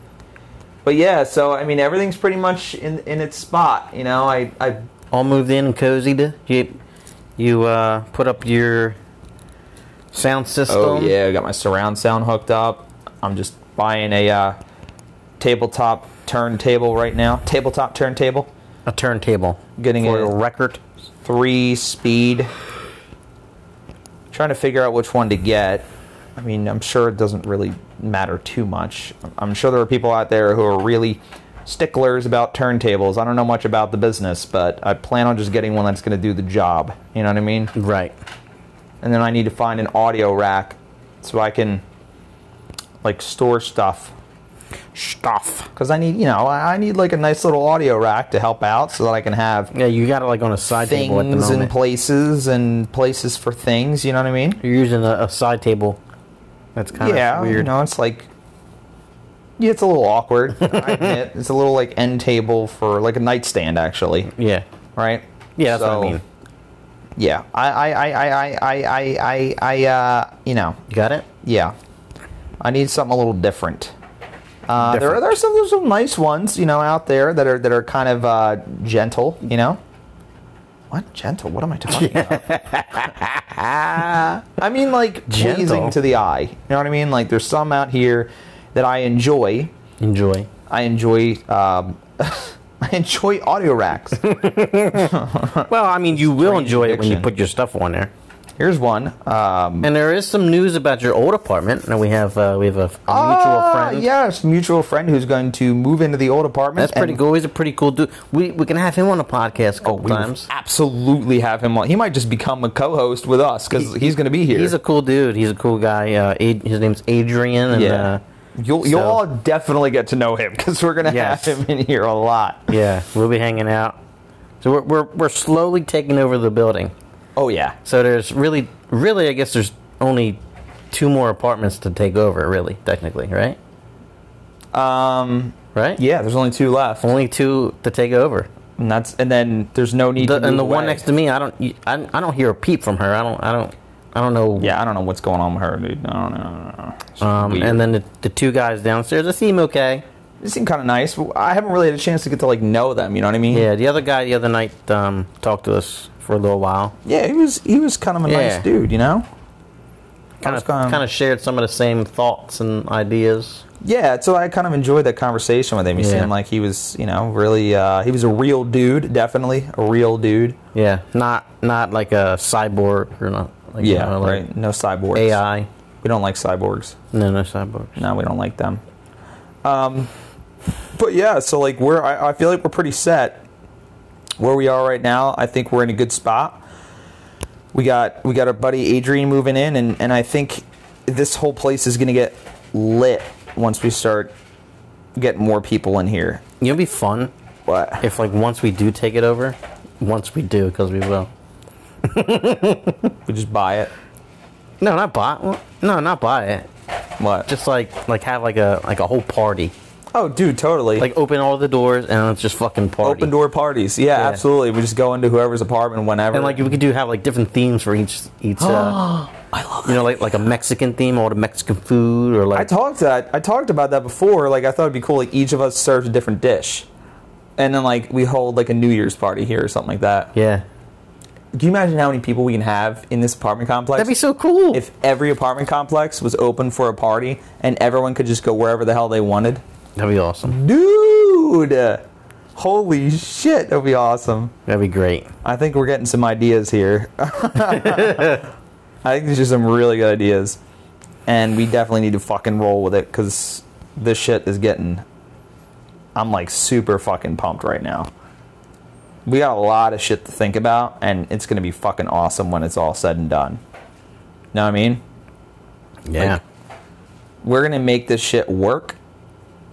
Speaker 1: But yeah, so I mean, everything's pretty much in in its spot. You know, I I
Speaker 2: All moved in and cozied. You you uh, put up your sound system.
Speaker 1: oh yeah, I got my surround sound hooked up. I'm just buying a uh, tabletop turntable right now. Tabletop turntable.
Speaker 2: a turntable.
Speaker 1: Getting
Speaker 2: for
Speaker 1: a-
Speaker 2: a record.
Speaker 1: three speed. Trying to figure out which one to get. I mean, I'm sure it doesn't really matter too much. I'm sure there are people out there who are really sticklers about turntables. I don't know much about the business, but I plan on just getting one that's going to do the job. You know what I mean?
Speaker 2: Right.
Speaker 1: And then I need to find an audio rack so I can like store stuff
Speaker 2: Stuff.
Speaker 1: because I need, you know, I I need like a nice little audio rack to help out so that I can have
Speaker 2: Yeah, you got it like on a side table at the
Speaker 1: things
Speaker 2: moment.
Speaker 1: and places and places for things. You know what I mean?
Speaker 2: You're using a, a side table. That's kind of
Speaker 1: yeah,
Speaker 2: weird.
Speaker 1: you know, it's like yeah, it's a little awkward. I admit, it's a little like end table for like a nightstand, actually,
Speaker 2: Yeah.
Speaker 1: right?
Speaker 2: Yeah, that's what I
Speaker 1: So,
Speaker 2: mean.
Speaker 1: Yeah, I, I, I, I, I, I, I, I, uh, you know,
Speaker 2: You got it?
Speaker 1: yeah, I need something a little different. Uh, There are there are some there's some nice ones, you know, out there that are that are kind of uh, gentle, you know. What gentle? What am I <laughs> talking about? I mean, like
Speaker 2: Gentle?
Speaker 1: pleasing to the eye. You know what I mean? Like there's some out here that I enjoy.
Speaker 2: Enjoy.
Speaker 1: I enjoy. Um, <laughs> I enjoy audio <laughs> racks.
Speaker 2: Well, I mean, you will enjoy it when you
Speaker 1: addiction.
Speaker 2: put your stuff on there.
Speaker 1: Here's one. Um,
Speaker 2: And there is some news about your old apartment. Now we have uh, we have a, a mutual
Speaker 1: ah,
Speaker 2: friend.
Speaker 1: Yes, mutual friend who's going to move into the old apartment.
Speaker 2: That's pretty
Speaker 1: and Oh,
Speaker 2: cool. He's a pretty cool dude. We we can have him on a podcast a couple
Speaker 1: We
Speaker 2: times.
Speaker 1: absolutely have him on. He might just become a co-host with us because he's going to be here.
Speaker 2: He's a cool dude. He's a cool guy. Uh, Ad- his name's Adrian. And,
Speaker 1: yeah.
Speaker 2: Uh,
Speaker 1: you'll you'll
Speaker 2: so-
Speaker 1: all definitely get to know him because we're going to
Speaker 2: Yes.
Speaker 1: have him in here a lot.
Speaker 2: yeah, we'll be hanging out. So we're, we're we're slowly taking over the building.
Speaker 1: Oh yeah,
Speaker 2: So there's really really I guess there's only two more apartments to take over. Really, technically, right?
Speaker 1: um,
Speaker 2: Right?
Speaker 1: yeah. There's only two left,
Speaker 2: Only two to take over.
Speaker 1: and that's and then there's no need.
Speaker 2: The,
Speaker 1: to
Speaker 2: and
Speaker 1: move
Speaker 2: the one
Speaker 1: away.
Speaker 2: next to me, I don't, I, I don't hear a peep from her. I don't, I don't, I don't know.
Speaker 1: Yeah, I don't know what's going on with her, dude. I don't know. I don't know. It's
Speaker 2: Um,
Speaker 1: weird.
Speaker 2: and then the, the two guys downstairs, they seem okay.
Speaker 1: they seem kind of nice. I haven't really had a chance to get to like know them. You know what I mean?
Speaker 2: Yeah, the other guy the other night um, talked to us for a little while.
Speaker 1: Yeah. He was he was kind of a
Speaker 2: Yeah.
Speaker 1: nice dude. You know.
Speaker 2: Kind
Speaker 1: was
Speaker 2: of,
Speaker 1: kinda-
Speaker 2: kind of shared some of the same thoughts and ideas.
Speaker 1: Yeah, so I kind of enjoyed that conversation with him. He
Speaker 2: Yeah.
Speaker 1: seemed like he was, you know, really, uh, he was a real dude, definitely a real dude.
Speaker 2: Yeah, not, not like a cyborg or not. Like, you
Speaker 1: Yeah,
Speaker 2: know, like
Speaker 1: right. No cyborgs.
Speaker 2: AI.
Speaker 1: We don't like cyborgs.
Speaker 2: No, no cyborgs.
Speaker 1: No, we don't like them. Um, but yeah, so like we're, I, I feel like we're pretty set where we are right now. I think we're in a good spot. We got we got our buddy Adrian moving in, and and I think this whole place is gonna get lit once we start getting more people in here.
Speaker 2: It'll be fun
Speaker 1: What?
Speaker 2: if, like, once we do take it over, once we do, because we will.
Speaker 1: We just buy it.
Speaker 2: No, not buy. well, No, not buy it.
Speaker 1: What?
Speaker 2: Just like like have like a like a whole party.
Speaker 1: oh, dude, totally.
Speaker 2: Like open all the doors and let's just fucking party.
Speaker 1: open door parties. Yeah,
Speaker 2: Yeah.
Speaker 1: absolutely. We just go into whoever's apartment whenever.
Speaker 2: And like we could do have like different themes for each each. <gasps> Uh,
Speaker 1: I love
Speaker 2: you know, like like a Mexican theme, all the Mexican food, or
Speaker 1: I
Speaker 2: like
Speaker 1: talked that. I talked about that before. Like I thought it'd be cool. Like each of us serves a different dish, and then like we hold like a New Year's party here or something like that.
Speaker 2: yeah,
Speaker 1: Can you imagine how many people we can have in this apartment complex?
Speaker 2: that'd be so cool.
Speaker 1: If every apartment complex was open for a party and everyone could just go wherever the hell they wanted,
Speaker 2: that'd be awesome.
Speaker 1: dude, holy shit, that'd be awesome.
Speaker 2: That'd be great.
Speaker 1: I think we're getting some ideas here. <laughs> I think these are some really good ideas, and we definitely need to fucking roll with it because this shit is getting. I'm like super fucking pumped right now. We got a lot of shit to think about, and it's gonna be fucking awesome when it's all said and done. Know what I mean?
Speaker 2: Yeah,
Speaker 1: We're gonna make this shit work,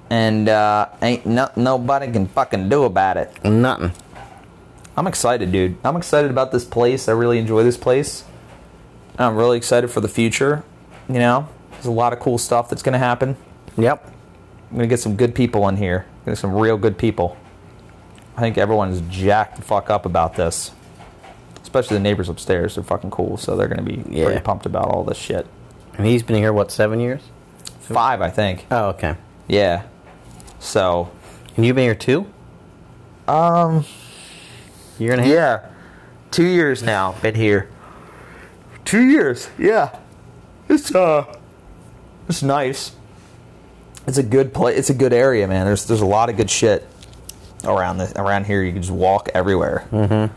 Speaker 1: and uh, ain't no- nobody can fucking do about it.
Speaker 2: nothing.
Speaker 1: I'm excited, dude. I'm excited about this place. I really enjoy this place. I'm really excited for the future. You know, there's a lot of cool stuff that's going to happen.
Speaker 2: Yep.
Speaker 1: I'm going to get some good people in here. Get some real good people. I think everyone's jacked the fuck up about this. Especially the neighbors upstairs. They're fucking cool, so they're going to be
Speaker 2: Yeah.
Speaker 1: pretty pumped about all this shit.
Speaker 2: And he's been here what seven years?
Speaker 1: Five, I think.
Speaker 2: Oh, okay.
Speaker 1: Yeah. So,
Speaker 2: And you've been here two? Um, year and a half.
Speaker 1: Um, yeah. Two years now. Been here. Two years. Yeah. It's uh it's nice. It's a good place. It's a good area, man. There's there's a lot of good shit around the around here. You can just walk everywhere. Mm-hmm.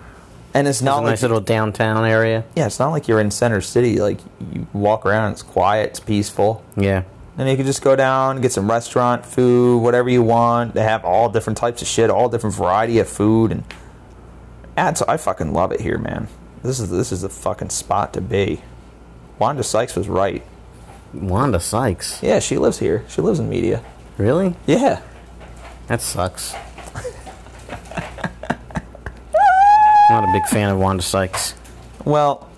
Speaker 1: And it's
Speaker 2: It's
Speaker 1: not
Speaker 2: a
Speaker 1: like
Speaker 2: nice little downtown area.
Speaker 1: yeah, it's not like you're in center city. Like you walk around, it's quiet, it's peaceful.
Speaker 2: Yeah.
Speaker 1: And you can just go down, get some restaurant food, whatever you want. They have all different types of shit, all different variety of food, and that's I fucking love it here, man. This is this is the fucking spot to be. Wanda Sykes was right.
Speaker 2: Wanda Sykes.
Speaker 1: Yeah, she lives here. She lives in media.
Speaker 2: Really?
Speaker 1: Yeah,
Speaker 2: That sucks. Not a big fan of Wanda Sykes.
Speaker 1: well,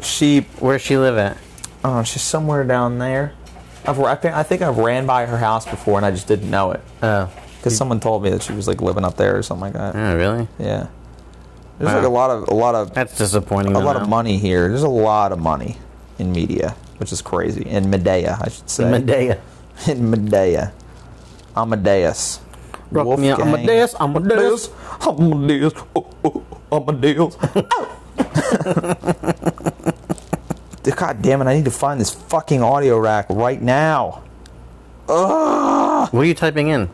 Speaker 1: she
Speaker 2: Where does she live at?
Speaker 1: oh she's somewhere down there. I've I think- I think I've ran by her house before and I just didn't know it
Speaker 2: Oh.
Speaker 1: because someone told me that she was like living up there or something like that.
Speaker 2: Oh, really?
Speaker 1: Yeah, there's
Speaker 2: Wow.
Speaker 1: like a lot of a lot of
Speaker 2: That's disappointing.
Speaker 1: a
Speaker 2: though,
Speaker 1: lot of
Speaker 2: no?
Speaker 1: money here. There's a lot of money in media, which is crazy. In Medea, I should say.
Speaker 2: Medea.
Speaker 1: <laughs> in Medea. Amadeus.
Speaker 2: Rock me out.
Speaker 1: Wolfgang.
Speaker 2: Amadeus, Amadeus.
Speaker 1: Amadeus. Oh, oh, Amadeus. Oh. God damn it, I need to find this fucking audio rack right now.
Speaker 2: What are you typing in?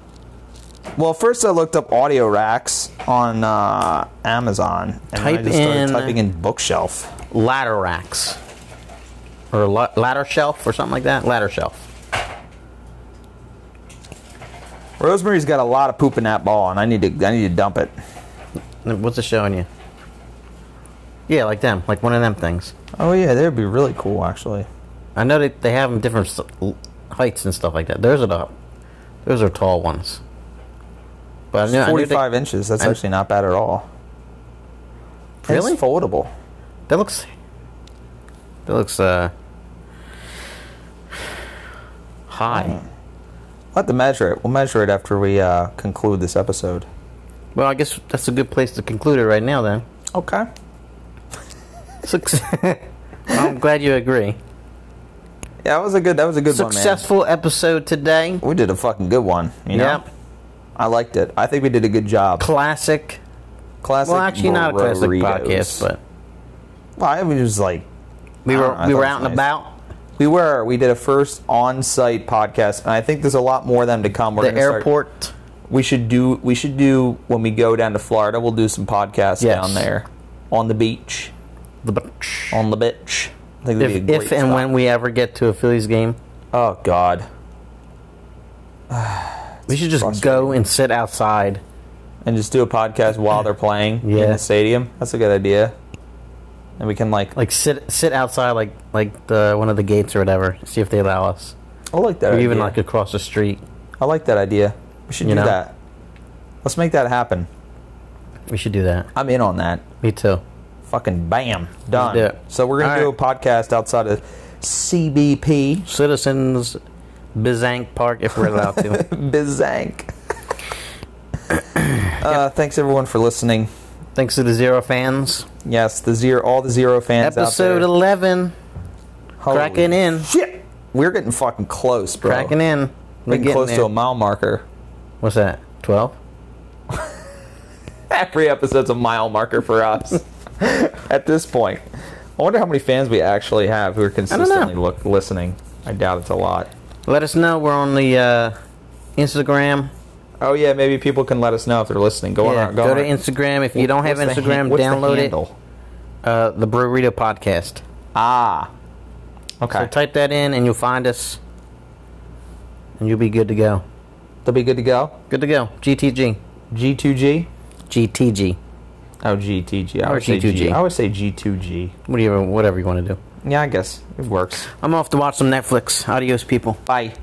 Speaker 1: Well, first I looked up audio racks on uh, Amazon. And then I
Speaker 2: Type
Speaker 1: just started
Speaker 2: in-
Speaker 1: typing in bookshelf.
Speaker 2: Ladder racks. Or la- ladder shelf or something like that? Ladder shelf.
Speaker 1: Rosemary's got a lot of poop in that ball, and I need to I need to dump it.
Speaker 2: What's it showing you? Yeah, like them. Like one of them things.
Speaker 1: Oh yeah, that'd be really cool actually.
Speaker 2: I know they, they have them different s- l- heights and stuff like that. Those are the, those are tall ones. But I knew, I knew they-
Speaker 1: Forty-five inches. That's
Speaker 2: I-
Speaker 1: actually not bad at all. And
Speaker 2: Really?
Speaker 1: It's foldable.
Speaker 2: That looks. That looks uh. High.
Speaker 1: We'll have to measure it. We'll measure it after we uh, conclude this episode.
Speaker 2: Well, I guess that's a good place to conclude it right now. Then.
Speaker 1: Okay.
Speaker 2: Suc- <laughs> I'm glad you agree.
Speaker 1: Yeah, that was a good. That was a good
Speaker 2: Successful episode today.
Speaker 1: one, man. We did a fucking good one. You know?
Speaker 2: Yep.
Speaker 1: I liked it. I think we did a good job.
Speaker 2: Classic.
Speaker 1: classic.
Speaker 2: Well, actually, not a classic
Speaker 1: burritos.
Speaker 2: podcast, but
Speaker 1: well, I was just like
Speaker 2: we
Speaker 1: I
Speaker 2: were
Speaker 1: don't know, I
Speaker 2: we
Speaker 1: thought it
Speaker 2: were
Speaker 1: was
Speaker 2: out and
Speaker 1: nice.
Speaker 2: about.
Speaker 1: we were. We did a first on-site podcast, and I think there's a lot more of them to come. We're
Speaker 2: The
Speaker 1: gonna start-
Speaker 2: airport.
Speaker 1: We should do. We should do when we go down to Florida. We'll do some podcasts
Speaker 2: Yes.
Speaker 1: down there, on the beach,
Speaker 2: The beach.
Speaker 1: on the bitch. I think that'd
Speaker 2: If,
Speaker 1: be a great
Speaker 2: if and
Speaker 1: spot.
Speaker 2: when we ever get to a Phillies game,
Speaker 1: Oh God.
Speaker 2: we should just go and sit outside.
Speaker 1: And just do a podcast while they're playing in
Speaker 2: Yeah.
Speaker 1: the stadium. That's a good idea. And we can like.
Speaker 2: Like sit sit outside like like the one of the gates or whatever. See if they allow us.
Speaker 1: I like that.
Speaker 2: Or
Speaker 1: idea.
Speaker 2: even like across the street.
Speaker 1: I like that idea. We should
Speaker 2: You
Speaker 1: do
Speaker 2: know?
Speaker 1: that. Let's make that happen.
Speaker 2: We should do that.
Speaker 1: I'm in on that.
Speaker 2: Me too.
Speaker 1: Fucking bam, done.
Speaker 2: do it.
Speaker 1: So we're gonna
Speaker 2: All
Speaker 1: do
Speaker 2: right.
Speaker 1: a podcast outside of <laughs>
Speaker 5: CBP,
Speaker 2: Citizens Bizank Park, if we're
Speaker 1: <laughs>
Speaker 2: allowed to.
Speaker 5: Bizank. uh, thanks everyone for listening.
Speaker 2: Thanks to the Zero fans.
Speaker 5: Yes, the zero, all the zero fans
Speaker 2: Episode
Speaker 5: out
Speaker 2: 11.
Speaker 1: Oh.
Speaker 5: there.
Speaker 2: cracking in.
Speaker 5: Shit, we're getting fucking close, bro.
Speaker 2: Cracking in.
Speaker 5: We're getting close to
Speaker 2: there.
Speaker 5: a mile marker.
Speaker 2: What's that? 12?
Speaker 5: Every episode's a mile marker for us <laughs> at this point. I wonder how many fans we actually have who are consistently look, listening. I doubt it's a lot.
Speaker 2: Let us know. We're on the uh, Instagram.
Speaker 5: Oh yeah, maybe people can let us know if they're listening. Go
Speaker 2: Yeah,
Speaker 5: on,
Speaker 2: go
Speaker 5: on.
Speaker 2: to Instagram. If you don't have
Speaker 5: What's the
Speaker 2: Instagram,
Speaker 5: han- what's the
Speaker 2: download it.
Speaker 5: handle?
Speaker 2: Uh, the Burrito Podcast.
Speaker 5: Ah, okay.
Speaker 2: So type that in and you'll find us. And you'll be good to go.
Speaker 5: They'll be good to go.
Speaker 2: Good to go. GTG.
Speaker 5: G2G.
Speaker 2: GTG.
Speaker 5: Oh, GTG. I
Speaker 2: Or
Speaker 5: would say G.
Speaker 2: G2G.
Speaker 5: I would say G2G.
Speaker 2: Whatever, whatever you want to do.
Speaker 5: Yeah, I guess it works.
Speaker 2: I'm off to watch some Netflix. Adios, people.
Speaker 5: Bye.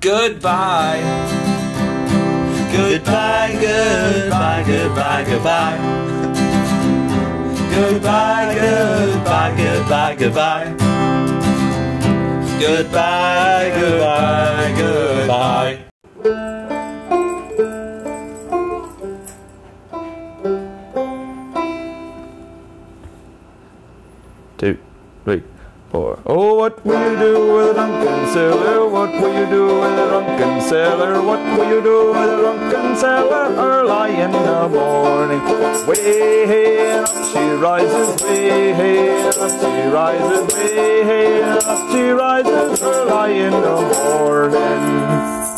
Speaker 5: Goodbye. Goodbye, goodbye, goodbye, goodbye. Goodbye, goodbye, goodbye, goodbye. Goodbye, goodbye, goodbye. Two, three, four. Oh, what will you do with a drunken sailor? What will you do with a drunken sailor? What will you do with a drunken sailor early in the morning? Way up she rises, way up she rises, way up she rises early in the morning.